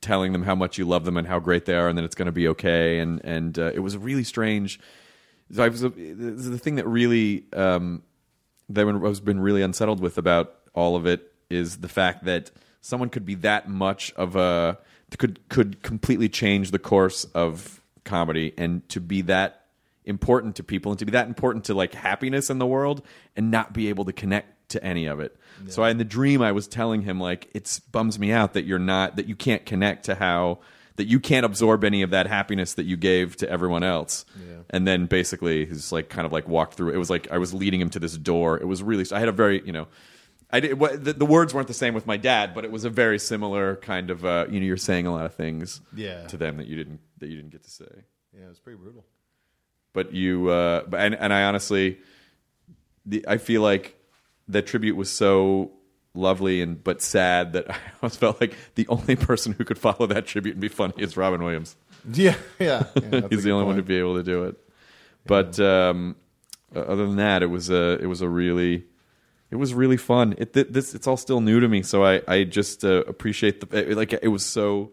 [SPEAKER 1] telling them how much you love them and how great they are and that it's going to be okay and and uh, it was really strange so I was uh, the the thing that really um, that I was been really unsettled with about all of it is the fact that someone could be that much of a could could completely change the course of comedy and to be that important to people and to be that important to like happiness in the world and not be able to connect to any of it. So I, in the dream I was telling him like it's bums me out that you're not that you can't connect to how that you can't absorb any of that happiness that you gave to everyone else. And then basically he's like kind of like walked through. It was like I was leading him to this door. It was really I had a very you know. I did, what, the, the words weren't the same with my dad, but it was a very similar kind of uh, you know you're saying a lot of things
[SPEAKER 5] Yeah.
[SPEAKER 1] to them that you didn't that you didn't get to say.
[SPEAKER 5] Yeah, it was pretty brutal.
[SPEAKER 1] But you, uh, but- and and I honestly, the, I feel like that tribute was so lovely and but sad that I always felt like the only person who could follow that tribute and be funny is Robin Williams.
[SPEAKER 5] Yeah, yeah. yeah, that's a
[SPEAKER 1] He's
[SPEAKER 5] good
[SPEAKER 1] the only one to
[SPEAKER 5] point.
[SPEAKER 1] be able to do it. But um, o- other than that, it was a it was a really it was really fun. It th- this it's all still new to me, so I I just uh, appreciate the it, like it was so.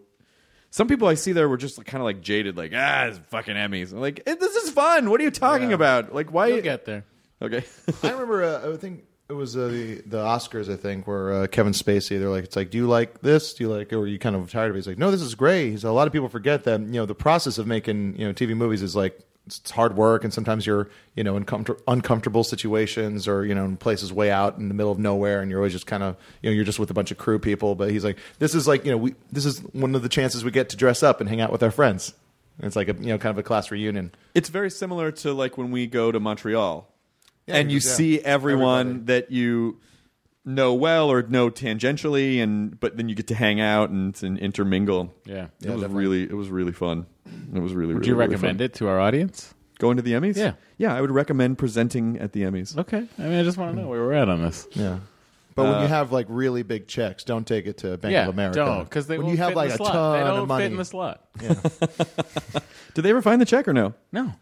[SPEAKER 1] Some people I see there were just kind of like jaded, like ah, it's fucking Emmys. I'm like eh, this is fun. What are you talking about? Like why?
[SPEAKER 4] We'll get there.
[SPEAKER 1] okay.
[SPEAKER 5] I remember. Uh, I think it was uh, the the Oscars. I think where uh, Kevin Spacey. They're like, it's like, do you like this? Do you like? Or are you kind of tired of it? He's like, no, this is great. He's a lot of people forget that you know the process of making you know TV movies is like. It's it's hard work, and sometimes you're, you know, in comfort- uncomfortable situations, or you know, in places way out in the middle of nowhere, and you're always just kind of, you know, you're just with a bunch of crew people. But he's like, this is like, you know, we this is one of the chances we get to dress up and hang out with our friends. And it's like a, you know, kind of a class reunion.
[SPEAKER 1] it's very similar to like when we go to Montreal
[SPEAKER 5] Yeah,
[SPEAKER 1] and you
[SPEAKER 5] because, yeah,
[SPEAKER 1] see everyone
[SPEAKER 5] everybody.
[SPEAKER 1] that you know well or know tangentially and but then you get to hang out and, and intermingle.
[SPEAKER 4] Yeah.
[SPEAKER 1] it was
[SPEAKER 5] definitely.
[SPEAKER 1] really it was really fun. It was really
[SPEAKER 4] Would
[SPEAKER 1] really,
[SPEAKER 4] you
[SPEAKER 1] really
[SPEAKER 4] recommend
[SPEAKER 1] fun.
[SPEAKER 4] it to our audience?
[SPEAKER 1] Going to the Emmys?
[SPEAKER 4] Yeah.
[SPEAKER 1] Yeah, I would recommend presenting at the Emmys.
[SPEAKER 4] Okay. I mean, I just want to know where we're at on this.
[SPEAKER 5] Yeah. But when you have like really big checks, don't take it to Bank
[SPEAKER 4] Uh, yeah,
[SPEAKER 5] of America.
[SPEAKER 4] don't because they
[SPEAKER 5] when
[SPEAKER 4] won't
[SPEAKER 5] you have
[SPEAKER 4] fit in
[SPEAKER 5] like
[SPEAKER 4] the
[SPEAKER 5] a
[SPEAKER 4] slot.
[SPEAKER 5] ton
[SPEAKER 4] they don't
[SPEAKER 5] of money.
[SPEAKER 4] fit in the slot.
[SPEAKER 1] Did they ever find the check or no?
[SPEAKER 4] No,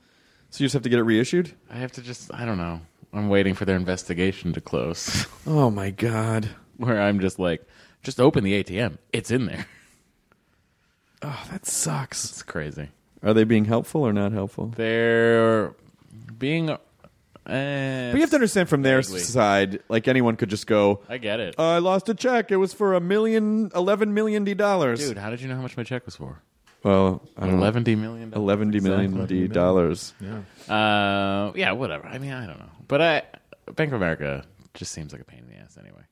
[SPEAKER 1] So you just have to get it reissued?
[SPEAKER 4] I have to just. I don't know. I'm waiting for their investigation to close,
[SPEAKER 1] Oh my god.
[SPEAKER 4] where I'm just like, just open the ATM. It's in there.
[SPEAKER 1] Oh, that sucks.
[SPEAKER 4] It's crazy.
[SPEAKER 1] Are they being helpful or not helpful?
[SPEAKER 4] They're being. eh, Uh,
[SPEAKER 1] But you have to understand from their
[SPEAKER 4] Vaguely.
[SPEAKER 1] side, like anyone could just go,
[SPEAKER 4] I get it,
[SPEAKER 1] Uh, I lost a check. It was for a million, eleven million D dollars.
[SPEAKER 4] dude. How did you know how much my check was for?
[SPEAKER 1] Well, I don't
[SPEAKER 4] Eleven D million.
[SPEAKER 1] know. Eleven D million D dollars. Oh.
[SPEAKER 4] Uh, yeah, whatever. I mean, I don't know, but I Bank of America just seems like a pain in the ass anyway,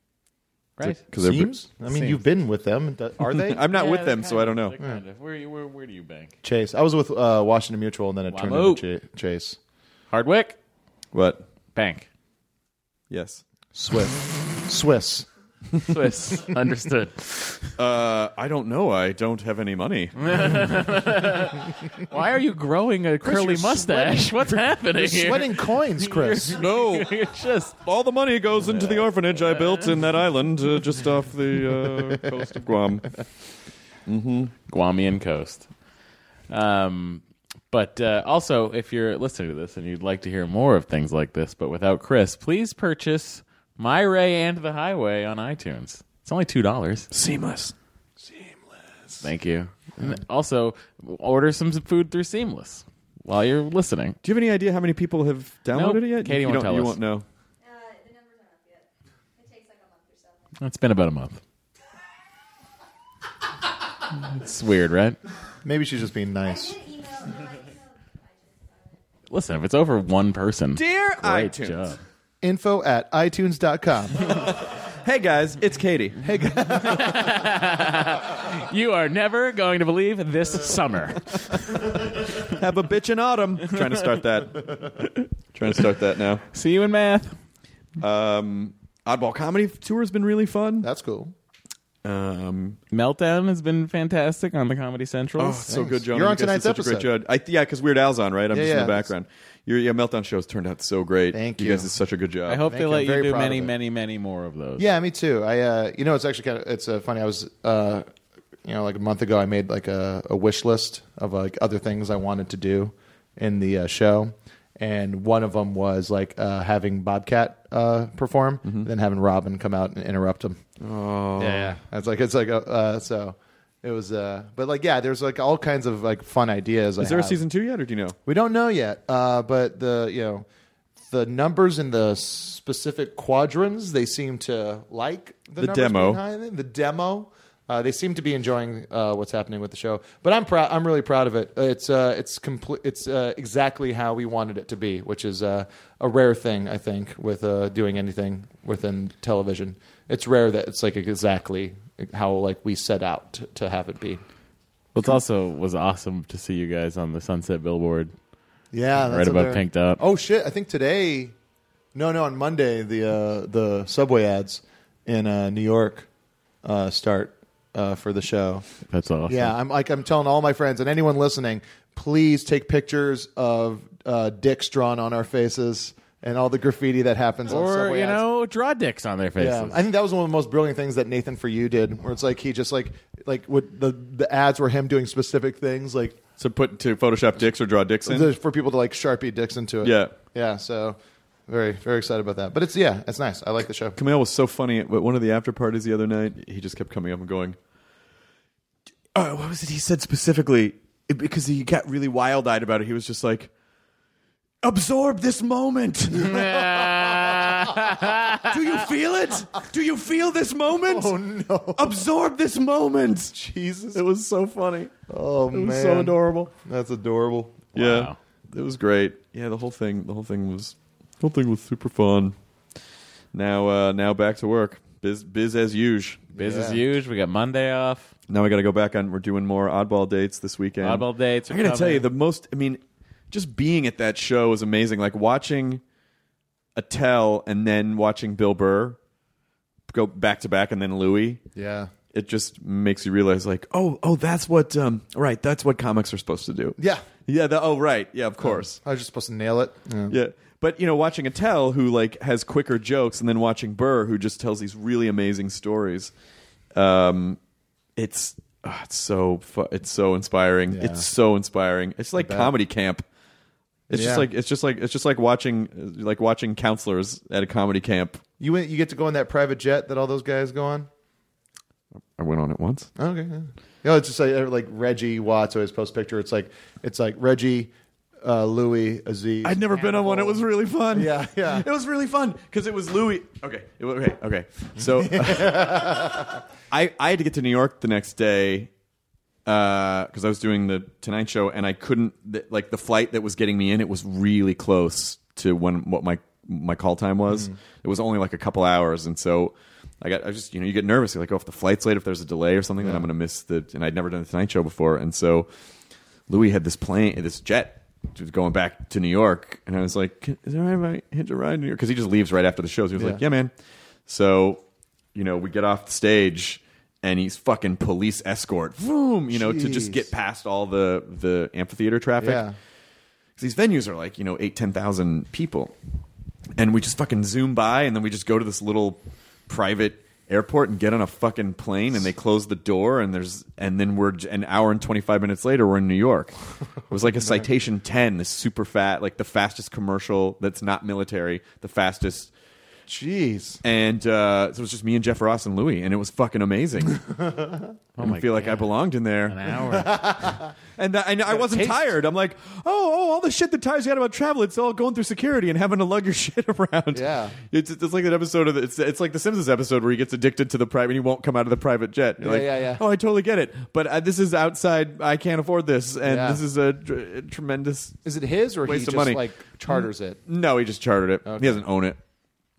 [SPEAKER 4] right?
[SPEAKER 1] Because they're.
[SPEAKER 5] Seems? I mean, you've been with them. Th- Are they?
[SPEAKER 1] I'm not
[SPEAKER 4] Yeah,
[SPEAKER 1] with
[SPEAKER 4] they're
[SPEAKER 1] them, so
[SPEAKER 4] kind
[SPEAKER 1] I don't know.
[SPEAKER 4] of- they're kind of. Where, where, where do you bank?
[SPEAKER 5] Chase. I was with uh, Washington Mutual, and then it turned
[SPEAKER 4] Wamo.
[SPEAKER 5] into Ch- Chase
[SPEAKER 4] Hardwick
[SPEAKER 1] What?
[SPEAKER 4] Bank.
[SPEAKER 1] Yes.
[SPEAKER 5] Swiss. Swiss.
[SPEAKER 4] Swiss. Understood.
[SPEAKER 1] Uh, I don't know. I don't have any money.
[SPEAKER 4] Why are you growing a curly
[SPEAKER 5] you're
[SPEAKER 4] mustache? What's happening
[SPEAKER 5] You're
[SPEAKER 4] here?
[SPEAKER 5] sweating coins, Chris.
[SPEAKER 1] No.
[SPEAKER 4] You're just
[SPEAKER 1] All the money goes into the orphanage I built in that island uh, just off the uh, coast of Guam.
[SPEAKER 4] Guamian coast. Um, but uh, also, if you're listening to this and you'd like to hear more of things like this, but without Chris, please purchase My Ray and the Highway on iTunes. It's only two dollars.
[SPEAKER 1] Seamless.
[SPEAKER 4] Thank you. And also, order some food through Seamless while you're listening.
[SPEAKER 1] Do you have any idea how many people have downloaded
[SPEAKER 4] Nope.
[SPEAKER 1] it yet?
[SPEAKER 4] Katie
[SPEAKER 1] you
[SPEAKER 4] won't
[SPEAKER 1] don't-
[SPEAKER 4] tell
[SPEAKER 1] you
[SPEAKER 4] us.
[SPEAKER 1] won't know.
[SPEAKER 7] Uh, the numbers aren't up yet. It takes like a month or so.
[SPEAKER 4] It's been about a month. It's weird, right?
[SPEAKER 5] Maybe she's just being nice.
[SPEAKER 7] Did email, no, I emailed iTunes about it.
[SPEAKER 4] Listen, if it's over one person,
[SPEAKER 1] Dear
[SPEAKER 4] great job.
[SPEAKER 5] Info at iTunes.com.
[SPEAKER 1] Hey guys, it's Katie. Hey,
[SPEAKER 4] You are never going to believe this summer.
[SPEAKER 1] have a bitch in autumn. Trying to start that. Trying to start that now.
[SPEAKER 4] See you in math.
[SPEAKER 1] Um, Oddball Comedy Tour has been really fun.
[SPEAKER 5] That's cool.
[SPEAKER 1] Um,
[SPEAKER 4] Meltdown has been fantastic on the Comedy Central.
[SPEAKER 1] oh, it's so good, Jonah.
[SPEAKER 5] You're on
[SPEAKER 1] You guys did
[SPEAKER 5] tonight's
[SPEAKER 1] such A great
[SPEAKER 5] episode.
[SPEAKER 1] job. I, yeah, because Weird Al's on, right? I'm
[SPEAKER 5] Yeah,
[SPEAKER 1] just in
[SPEAKER 5] yeah,
[SPEAKER 1] the background. Your, your Meltdown shows turned out so great.
[SPEAKER 5] Thank
[SPEAKER 1] You
[SPEAKER 5] you.
[SPEAKER 1] guys did such a good job.
[SPEAKER 4] I hope
[SPEAKER 5] Thank
[SPEAKER 4] they
[SPEAKER 5] you.
[SPEAKER 4] let
[SPEAKER 5] I'm
[SPEAKER 4] you,
[SPEAKER 5] very
[SPEAKER 4] do
[SPEAKER 5] proud
[SPEAKER 4] many,
[SPEAKER 5] of it.
[SPEAKER 4] many, many more of those.
[SPEAKER 5] Yeah, me too. I, uh, you know, it's actually kind of it's uh, funny. I was, uh, you know, like a month ago, I made like a, a wish list of like other things I wanted to do in the uh, show, and one of them was like uh, having Bobcat uh, perform,
[SPEAKER 1] Mm-hmm.
[SPEAKER 5] and then having Robin come out and interrupt him. Oh, yeah. It's like it's like a, uh, so. It was, uh, but like, yeah, there's like all kinds of like fun ideas.
[SPEAKER 1] Is there a season two yet, or do you know?
[SPEAKER 5] We don't know yet, uh, but the you know the numbers in the specific quadrants they seem to like the, numbers
[SPEAKER 1] demo.
[SPEAKER 5] behind it, The demo, uh, they seem to be enjoying uh, what's happening with the show. But I'm proud. I'm really proud of it. Uh, It's uh, it's complete. It's uh, exactly how we wanted it to be, which is uh, a rare thing I think with uh, doing anything within television. It's rare that it's like exactly how like we set out to, to have it be.
[SPEAKER 4] Well, it's also was awesome to see you guys on the Sunset Billboard.
[SPEAKER 5] Yeah, that's
[SPEAKER 4] Right above
[SPEAKER 5] another-
[SPEAKER 4] Pinked Up.
[SPEAKER 5] Oh shit! I think today, no, no, on Monday the uh, the subway ads in uh, New York uh, start uh, for the show.
[SPEAKER 4] That's awesome.
[SPEAKER 5] Yeah, I'm like I'm telling all my friends and anyone listening, please take pictures of uh, dicks drawn on our faces and all the graffiti that happens on
[SPEAKER 4] Or
[SPEAKER 5] subway
[SPEAKER 4] you
[SPEAKER 5] ads.
[SPEAKER 4] know, draw dicks on their faces.
[SPEAKER 5] Yeah, I think that was one of the most brilliant things that Nathan for you did, where it's like he just like like would the the ads were him doing specific things like
[SPEAKER 1] So put to Photoshop dicks or draw dicks in.
[SPEAKER 5] the- for people to like sharpie dicks into it.
[SPEAKER 1] Yeah.
[SPEAKER 5] yeah. So very very excited about that. But it's yeah, it's nice. I like the show.
[SPEAKER 1] Camille was so funny at one of the after parties the other night. He just kept coming up and going, oh, "What was it he said specifically?" It- because he got really wild eyed about it. He was just like, "Absorb this moment. Do you feel it? Do you feel this moment?
[SPEAKER 5] Oh no,
[SPEAKER 1] Absorb this moment."
[SPEAKER 5] Jesus!
[SPEAKER 1] It was so funny.
[SPEAKER 5] Oh
[SPEAKER 1] It was
[SPEAKER 5] man,
[SPEAKER 1] so adorable.
[SPEAKER 5] That's adorable.
[SPEAKER 1] Yeah, it was great. Yeah, the whole thing. The whole thing was. The whole thing was super fun. Now, uh, now back to work. Biz, biz as usual.
[SPEAKER 4] Biz as
[SPEAKER 5] Yeah.
[SPEAKER 4] usual. We got Monday off.
[SPEAKER 1] Now I got to go back on. We're doing more oddball dates this weekend.
[SPEAKER 4] Oddball dates are
[SPEAKER 1] I'm gonna tell
[SPEAKER 4] coming.
[SPEAKER 1] you the most. I mean, just being at that show was amazing. Like watching Attell and then watching Bill Burr go back to back, and then Louis.
[SPEAKER 5] Yeah,
[SPEAKER 1] It just makes you realize, like, oh, oh, that's what. Um, right, that's what comics are supposed to do.
[SPEAKER 5] yeah.
[SPEAKER 1] yeah. The, oh, right. Yeah, of course.
[SPEAKER 5] I was just supposed to nail it. Yeah.
[SPEAKER 1] Yeah. But you know, watching Attell, who like has quicker jokes, and then watching Burr, who just tells these really amazing stories, um, it's ah, it's so fu- it's so inspiring.
[SPEAKER 5] Yeah.
[SPEAKER 1] It's so inspiring. It's like
[SPEAKER 5] bet.
[SPEAKER 1] comedy camp. It's
[SPEAKER 5] Yeah.
[SPEAKER 1] just like it's just like it's just like watching like watching counselors at a comedy camp.
[SPEAKER 5] You went. You get to go in that private jet that all those guys go on.
[SPEAKER 1] I went on it once.
[SPEAKER 5] Okay. Yeah. You know, it's just like, uh, like Reggie Watts always posts picture. It's like it's like Reggie, uh, Louis, Aziz.
[SPEAKER 1] I'd never been on one. It was really fun.
[SPEAKER 5] Yeah, yeah.
[SPEAKER 1] It was really fun because it was Louis. Okay, it was- okay, okay. So I I had to get to New York the next day because I was doing the Tonight Show and I couldn't th- like the flight that was getting me in. It was really close to when what my my call time was.
[SPEAKER 5] Mm-hmm.
[SPEAKER 1] It was only like a couple hours, and so. I got. I just, you know, you get nervous. You're like, oh, if the flight's late, if there's a delay or something, then I'm going to miss the. And I'd never done the Tonight Show before, and so Louis had this plane, this jet was going back to New York, and I was like, "Is it all right if I hitch a ride to New York?" Because he just leaves right after the shows. He was like,
[SPEAKER 5] Yeah.
[SPEAKER 1] "Yeah, man." So, you know, we get off the stage, and he's fucking police escort, boom, you know, to just
[SPEAKER 5] Jeez.
[SPEAKER 1] get past all the the amphitheater traffic.
[SPEAKER 5] Yeah.
[SPEAKER 1] 'Cause these venues are like you know eight ten thousand people, and we just fucking zoom by, and then we just go to this little private airport and get on a fucking plane, and they close the door, and there's and then we're j- an hour and twenty five minutes later we're in New York. It was like a Citation ten, this super fat, like the fastest commercial that's not military, the fastest
[SPEAKER 5] Jeez.
[SPEAKER 1] and uh, so it was just me and Jeff Ross and Louis, and it was fucking amazing. I didn't feel like I belonged in there. An hour. and I, and I wasn't
[SPEAKER 4] taste.
[SPEAKER 1] tired. I'm like, oh, oh, all the shit that tires you out about travel, it's all going through security and having to lug your shit around.
[SPEAKER 5] Yeah.
[SPEAKER 1] It's, it's like that episode of the, it's, it's like the Simpsons episode where he gets addicted to the private and he won't come out of the private jet. You're
[SPEAKER 5] Yeah,
[SPEAKER 1] like,
[SPEAKER 5] yeah, yeah.
[SPEAKER 1] oh, I totally get it. But uh, this is outside. I can't afford this. And
[SPEAKER 5] Yeah.
[SPEAKER 1] this is a, tr- tremendous
[SPEAKER 5] Is it his or
[SPEAKER 1] Waste
[SPEAKER 5] he
[SPEAKER 1] of
[SPEAKER 5] just
[SPEAKER 1] money.
[SPEAKER 5] like charters it?
[SPEAKER 1] no, he just chartered it. He doesn't own it.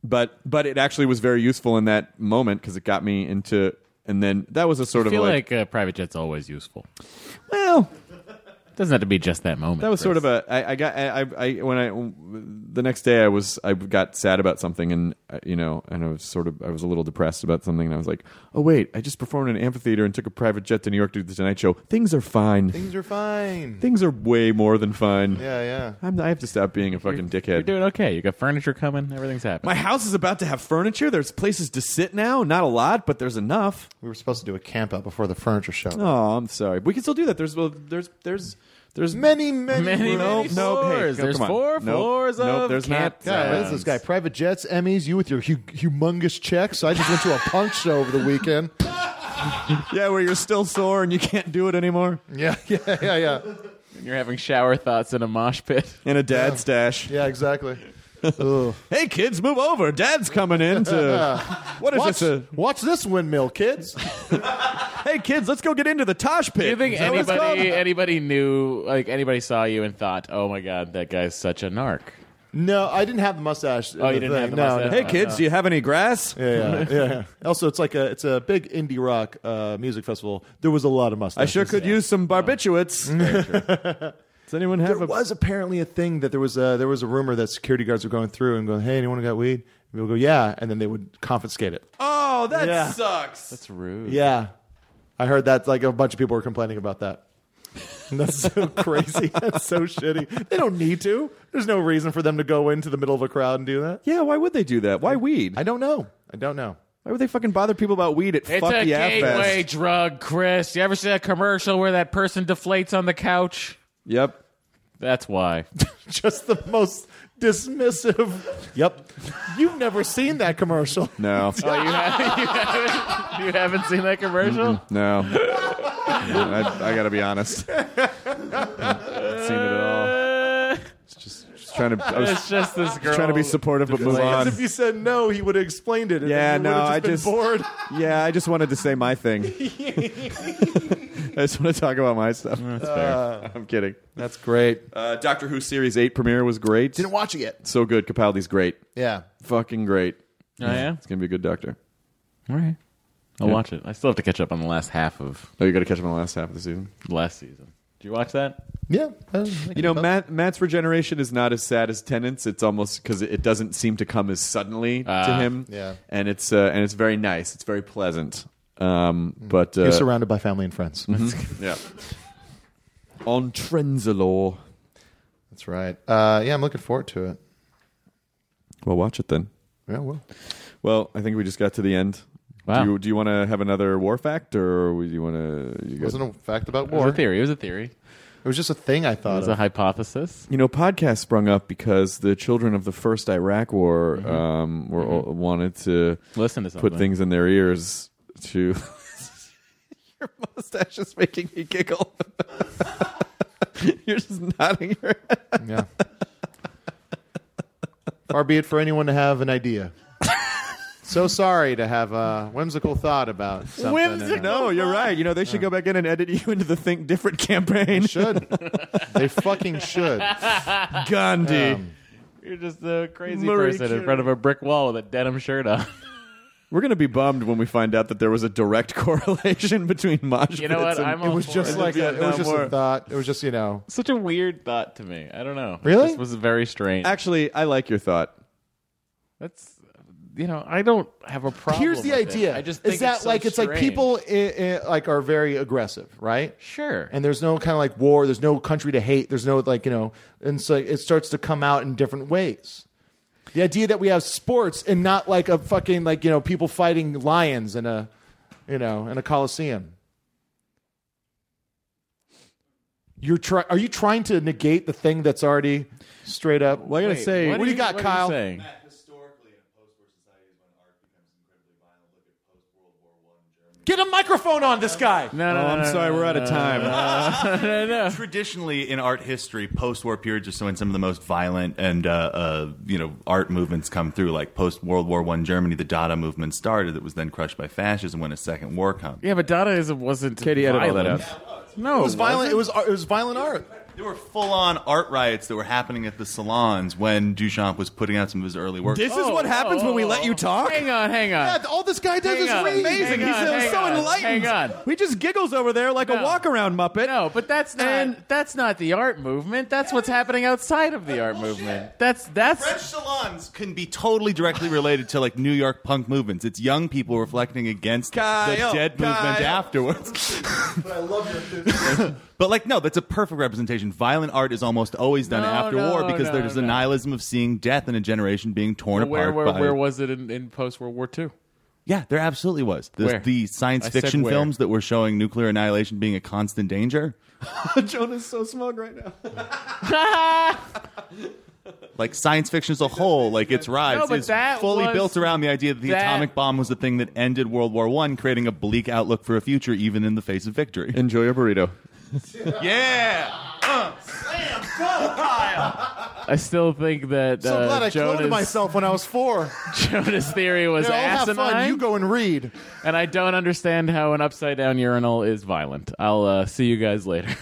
[SPEAKER 1] But but it actually was very useful in that moment because it got me into and then that was a sort
[SPEAKER 4] I
[SPEAKER 1] of
[SPEAKER 4] feel
[SPEAKER 1] like,
[SPEAKER 4] like, uh, private jet's always useful.
[SPEAKER 1] well
[SPEAKER 4] Doesn't have to be just that moment.
[SPEAKER 1] that was sort
[SPEAKER 4] Chris.
[SPEAKER 1] of a I, I got I, I I when I the next day I was I got sad about something and uh, you know and I was sort of I was a little depressed about something and I was like oh wait I just performed in an amphitheater and took a private jet to New York to do the Tonight Show things are fine things,
[SPEAKER 5] Things are fine.
[SPEAKER 1] are way more than fine
[SPEAKER 5] yeah, yeah.
[SPEAKER 1] I'm, I have to stop being a fucking dickhead
[SPEAKER 4] You're doing okay. You got furniture coming. Everything's happening.
[SPEAKER 1] My house is about to have furniture. There's places to sit now. Not a lot, but there's enough.
[SPEAKER 5] We were supposed to do a camp out before the furniture show.
[SPEAKER 1] Oh, I'm sorry. We can still do that. There's well, there's there's there's
[SPEAKER 5] Many, many,
[SPEAKER 4] Many,
[SPEAKER 1] Nope,
[SPEAKER 4] many
[SPEAKER 1] nope. Hey,
[SPEAKER 4] floors.
[SPEAKER 1] come
[SPEAKER 4] There's
[SPEAKER 1] on.
[SPEAKER 4] four
[SPEAKER 1] Nope,
[SPEAKER 4] floors
[SPEAKER 1] nope,
[SPEAKER 4] of
[SPEAKER 1] there's not.
[SPEAKER 4] campgrounds.
[SPEAKER 5] God, what is this guy? Private jets, Emmys, you with your hu- humongous checks. I just went to a punk show over the weekend.
[SPEAKER 1] yeah, where you're still sore and you can't do it anymore.
[SPEAKER 5] Yeah, yeah, yeah, yeah.
[SPEAKER 4] You're having shower thoughts in a mosh pit.
[SPEAKER 1] And a dad stash.
[SPEAKER 5] Yeah, exactly. Ugh.
[SPEAKER 1] Hey kids, move over. Dad's coming in to What is
[SPEAKER 5] Watch,
[SPEAKER 1] this?
[SPEAKER 5] watch this windmill, kids.
[SPEAKER 1] A, hey kids, let's go get into the Tosh pit.
[SPEAKER 4] Do you think
[SPEAKER 1] Is that what it's
[SPEAKER 4] anybody
[SPEAKER 1] called?
[SPEAKER 4] anybody knew like anybody saw you and thought, "Oh my god, that guy's such a narc."
[SPEAKER 5] No, I didn't have the mustache. uh,
[SPEAKER 4] Oh, you didn't have the
[SPEAKER 5] no,
[SPEAKER 4] mustache.
[SPEAKER 5] no.
[SPEAKER 1] Hey kids, do you have any grass?
[SPEAKER 5] Yeah, yeah, yeah. Also, it's like a it's a big indie rock uh, music festival. There was a lot of mustaches.
[SPEAKER 1] I sure could use some barbiturates. Does anyone have
[SPEAKER 5] There
[SPEAKER 1] a
[SPEAKER 5] was apparently a thing that there was a there was a rumor that security guards were going through and going, "Hey, anyone got weed?" And people go, "Yeah," and then they would confiscate it.
[SPEAKER 1] Oh, that
[SPEAKER 5] Yeah.
[SPEAKER 1] sucks.
[SPEAKER 4] That's rude.
[SPEAKER 5] Yeah, I heard that. Like a bunch of people were complaining about that. That's so crazy. That's so shitty. They don't need to. There's no reason for them to go into the middle of a crowd and do that.
[SPEAKER 1] Yeah, why would they do that? Why weed?
[SPEAKER 5] I don't know. I don't know.
[SPEAKER 1] Why would they fucking bother people about weed at
[SPEAKER 4] It's
[SPEAKER 1] Fuck
[SPEAKER 4] a
[SPEAKER 1] the App
[SPEAKER 4] gateway
[SPEAKER 1] Fest?
[SPEAKER 4] drug, Chris. You ever see that commercial where that person deflates on the couch?
[SPEAKER 1] Yep.
[SPEAKER 4] That's why.
[SPEAKER 5] Just the most dismissive. Yep. You've never seen that commercial.
[SPEAKER 1] No.
[SPEAKER 4] Oh, you, haven't, you, haven't, you haven't seen that commercial?
[SPEAKER 1] No. I, I gotta be honest. I haven't seen it at all.
[SPEAKER 4] Uh,
[SPEAKER 1] It's just, just trying to. I was
[SPEAKER 4] it's just this girl.
[SPEAKER 1] trying to be supportive, but move
[SPEAKER 5] Because
[SPEAKER 1] on.
[SPEAKER 5] if you said no, he would have explained it. and
[SPEAKER 1] Yeah,
[SPEAKER 5] then you
[SPEAKER 1] no,
[SPEAKER 5] would have
[SPEAKER 1] I
[SPEAKER 5] just been
[SPEAKER 1] just-
[SPEAKER 5] bored.
[SPEAKER 1] Yeah, I just wanted to say my thing. I just want to talk about my stuff. Uh, I'm kidding.
[SPEAKER 5] That's great.
[SPEAKER 1] Uh, Doctor Who series eight premiere was great.
[SPEAKER 5] Didn't watch it yet.
[SPEAKER 1] so good. Capaldi's great.
[SPEAKER 5] Yeah.
[SPEAKER 1] Fucking great.
[SPEAKER 4] Oh, yeah?
[SPEAKER 1] It's gonna be a good Doctor.
[SPEAKER 4] All right. I'll watch it. I still have to catch up on the last half of
[SPEAKER 1] Oh, you got to catch him on the last half of the season.
[SPEAKER 4] last season. Did you watch that?
[SPEAKER 5] Yeah.
[SPEAKER 1] You know, Matt, Matt's regeneration is not as sad as Tennant's. It's almost because it doesn't seem to come as suddenly to
[SPEAKER 4] Ah.
[SPEAKER 1] him.
[SPEAKER 5] Yeah.
[SPEAKER 1] and it's uh, and it's very nice. It's very pleasant. Um, but uh,
[SPEAKER 5] You're surrounded by family and friends.
[SPEAKER 1] yeah. On Trenzalore.
[SPEAKER 5] That's right. Uh, yeah, I'm looking forward to it.
[SPEAKER 1] Well, watch it then.
[SPEAKER 5] Yeah, well.
[SPEAKER 1] Well, I think we just got to the end.
[SPEAKER 4] Wow.
[SPEAKER 1] Do you, do you want to have another war fact, or do you want to? You,
[SPEAKER 5] It
[SPEAKER 1] guys,
[SPEAKER 5] wasn't a fact about
[SPEAKER 4] It was
[SPEAKER 5] war.
[SPEAKER 4] a theory. It was a theory.
[SPEAKER 5] It was just a thing I
[SPEAKER 4] It
[SPEAKER 5] thought
[SPEAKER 4] was
[SPEAKER 5] of.
[SPEAKER 4] a hypothesis.
[SPEAKER 1] you know, podcasts sprung up because the children of the first Iraq War um, were wanted to
[SPEAKER 4] Listen to Mm-hmm. something.
[SPEAKER 1] put things in their ears to. your mustache is making me giggle. You're just nodding your head.
[SPEAKER 5] Yeah. Far be it for anyone to have an idea. so sorry to have a whimsical thought about something. And, uh,
[SPEAKER 1] No, you're right. You know, they should go back in and edit you into the Think Different campaign.
[SPEAKER 5] should. they fucking should.
[SPEAKER 1] Gandhi.
[SPEAKER 5] Um,
[SPEAKER 4] You're just a crazy
[SPEAKER 1] Murray
[SPEAKER 4] person
[SPEAKER 1] Curie.
[SPEAKER 4] in front of a brick wall with a denim shirt on.
[SPEAKER 1] We're going to be bummed when we find out that there was a direct correlation between Mosh
[SPEAKER 4] You know
[SPEAKER 1] pits
[SPEAKER 4] what?
[SPEAKER 1] and-
[SPEAKER 4] I'm
[SPEAKER 5] it
[SPEAKER 4] all
[SPEAKER 5] was
[SPEAKER 4] for
[SPEAKER 5] just
[SPEAKER 4] it.
[SPEAKER 5] like a, it was
[SPEAKER 1] Vietnam
[SPEAKER 5] just
[SPEAKER 1] War.
[SPEAKER 5] a thought. It was just you know.
[SPEAKER 4] Such a weird thought to me. I don't know. It
[SPEAKER 5] Really?
[SPEAKER 4] just was very strange.
[SPEAKER 1] Actually, I like your thought.
[SPEAKER 4] That's you know, I don't have a problem.
[SPEAKER 5] Here's the
[SPEAKER 4] with it.
[SPEAKER 5] idea.
[SPEAKER 4] I just think
[SPEAKER 5] is that
[SPEAKER 4] so
[SPEAKER 5] like it's like
[SPEAKER 4] strange.
[SPEAKER 5] people i i like are very aggressive, right?
[SPEAKER 4] Sure.
[SPEAKER 5] and there's no kind of like war there's no country to hate there's no like you know and so it starts to come out in different ways the idea that we have sports and not like a fucking like you know people fighting lions in a you know in a coliseum you're try- are you trying to negate the thing that's already straight up
[SPEAKER 1] Well, I got to
[SPEAKER 4] Wait,
[SPEAKER 1] say,
[SPEAKER 5] what do you got,
[SPEAKER 4] are
[SPEAKER 5] Kyle?
[SPEAKER 4] saying?
[SPEAKER 5] get a microphone on this guy
[SPEAKER 4] No, no,
[SPEAKER 1] Oh,
[SPEAKER 4] no,
[SPEAKER 1] I'm
[SPEAKER 4] no,
[SPEAKER 1] sorry,
[SPEAKER 4] no,
[SPEAKER 1] we're out of time.
[SPEAKER 4] no, no.
[SPEAKER 2] Traditionally, in art history, post-war periods are so when some of the most violent and uh, uh, you know art movements come through. Like post World War One Germany, the Dada movement started. That was then crushed by fascism when a second war comes.
[SPEAKER 4] Yeah, but Dadaism wasn't.
[SPEAKER 1] Katie, edit all
[SPEAKER 4] violent.
[SPEAKER 1] that
[SPEAKER 4] No, it
[SPEAKER 5] it was violent it was it was violent art
[SPEAKER 2] There were full-on art riots that were happening at the salons when Duchamp was putting out some of his early work.
[SPEAKER 1] This is
[SPEAKER 4] Oh.
[SPEAKER 1] what happens when we let you talk.
[SPEAKER 4] Hang on, hang on.
[SPEAKER 5] yeah, all this guy does
[SPEAKER 4] Hang
[SPEAKER 5] is
[SPEAKER 4] on,
[SPEAKER 5] read.
[SPEAKER 4] hang
[SPEAKER 1] He's
[SPEAKER 4] on,
[SPEAKER 1] so-
[SPEAKER 4] hang
[SPEAKER 1] so
[SPEAKER 4] on,
[SPEAKER 1] enlightened.
[SPEAKER 4] hang on.
[SPEAKER 1] He just giggles over there like a
[SPEAKER 4] No.
[SPEAKER 1] walk around Muppet.
[SPEAKER 4] No, but that's not
[SPEAKER 1] And-
[SPEAKER 4] that's not the art movement. That's what's happening outside of the art movement. That's that's
[SPEAKER 2] French salons can be totally directly related to like New York punk movements. It's young people reflecting against
[SPEAKER 1] Kyle,
[SPEAKER 2] the dead movement
[SPEAKER 1] Kyle.
[SPEAKER 2] afterwards. but I love your But like no, that's a perfect representation. Violent art is almost always done
[SPEAKER 4] No,
[SPEAKER 2] after
[SPEAKER 4] no,
[SPEAKER 2] war because
[SPEAKER 4] no,
[SPEAKER 2] there's a
[SPEAKER 4] no.
[SPEAKER 2] nihilism of seeing death and a generation being torn
[SPEAKER 4] where
[SPEAKER 2] apart
[SPEAKER 4] where,
[SPEAKER 2] by
[SPEAKER 4] where was it in, in post World War II?
[SPEAKER 2] Yeah, there absolutely was. The,
[SPEAKER 4] Where?
[SPEAKER 2] the science
[SPEAKER 4] I said
[SPEAKER 2] fiction
[SPEAKER 4] where.
[SPEAKER 2] films that were showing nuclear annihilation being a constant danger.
[SPEAKER 1] Jonah's so smug right now.
[SPEAKER 2] Like science fiction as a whole, like its rise
[SPEAKER 4] No, but
[SPEAKER 2] is
[SPEAKER 4] that
[SPEAKER 2] fully
[SPEAKER 4] was-
[SPEAKER 2] built around the idea that the
[SPEAKER 4] that-
[SPEAKER 2] atomic bomb was the thing that ended World War One, creating a bleak outlook for a future, even in the face of victory.
[SPEAKER 1] Enjoy your burrito.
[SPEAKER 2] yeah,
[SPEAKER 4] I still think that
[SPEAKER 5] so
[SPEAKER 4] uh,
[SPEAKER 5] glad i
[SPEAKER 4] Jonas,
[SPEAKER 5] cloned myself when i was four
[SPEAKER 4] Jonas' theory was
[SPEAKER 5] Yeah, I'll have
[SPEAKER 4] asinine,
[SPEAKER 5] fun. You go and read.
[SPEAKER 4] and I don't understand how an upside down urinal is violent. I'll uh, see you guys later.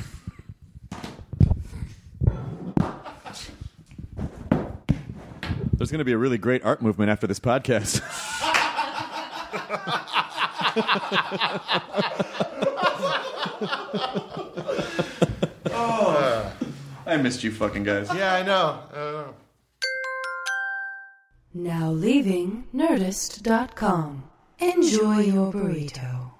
[SPEAKER 1] There's going to be a really great art movement after this podcast. Oh, I missed you fucking guys.
[SPEAKER 5] Yeah, I know.
[SPEAKER 3] Now leaving Nerdist.com. Enjoy your burrito.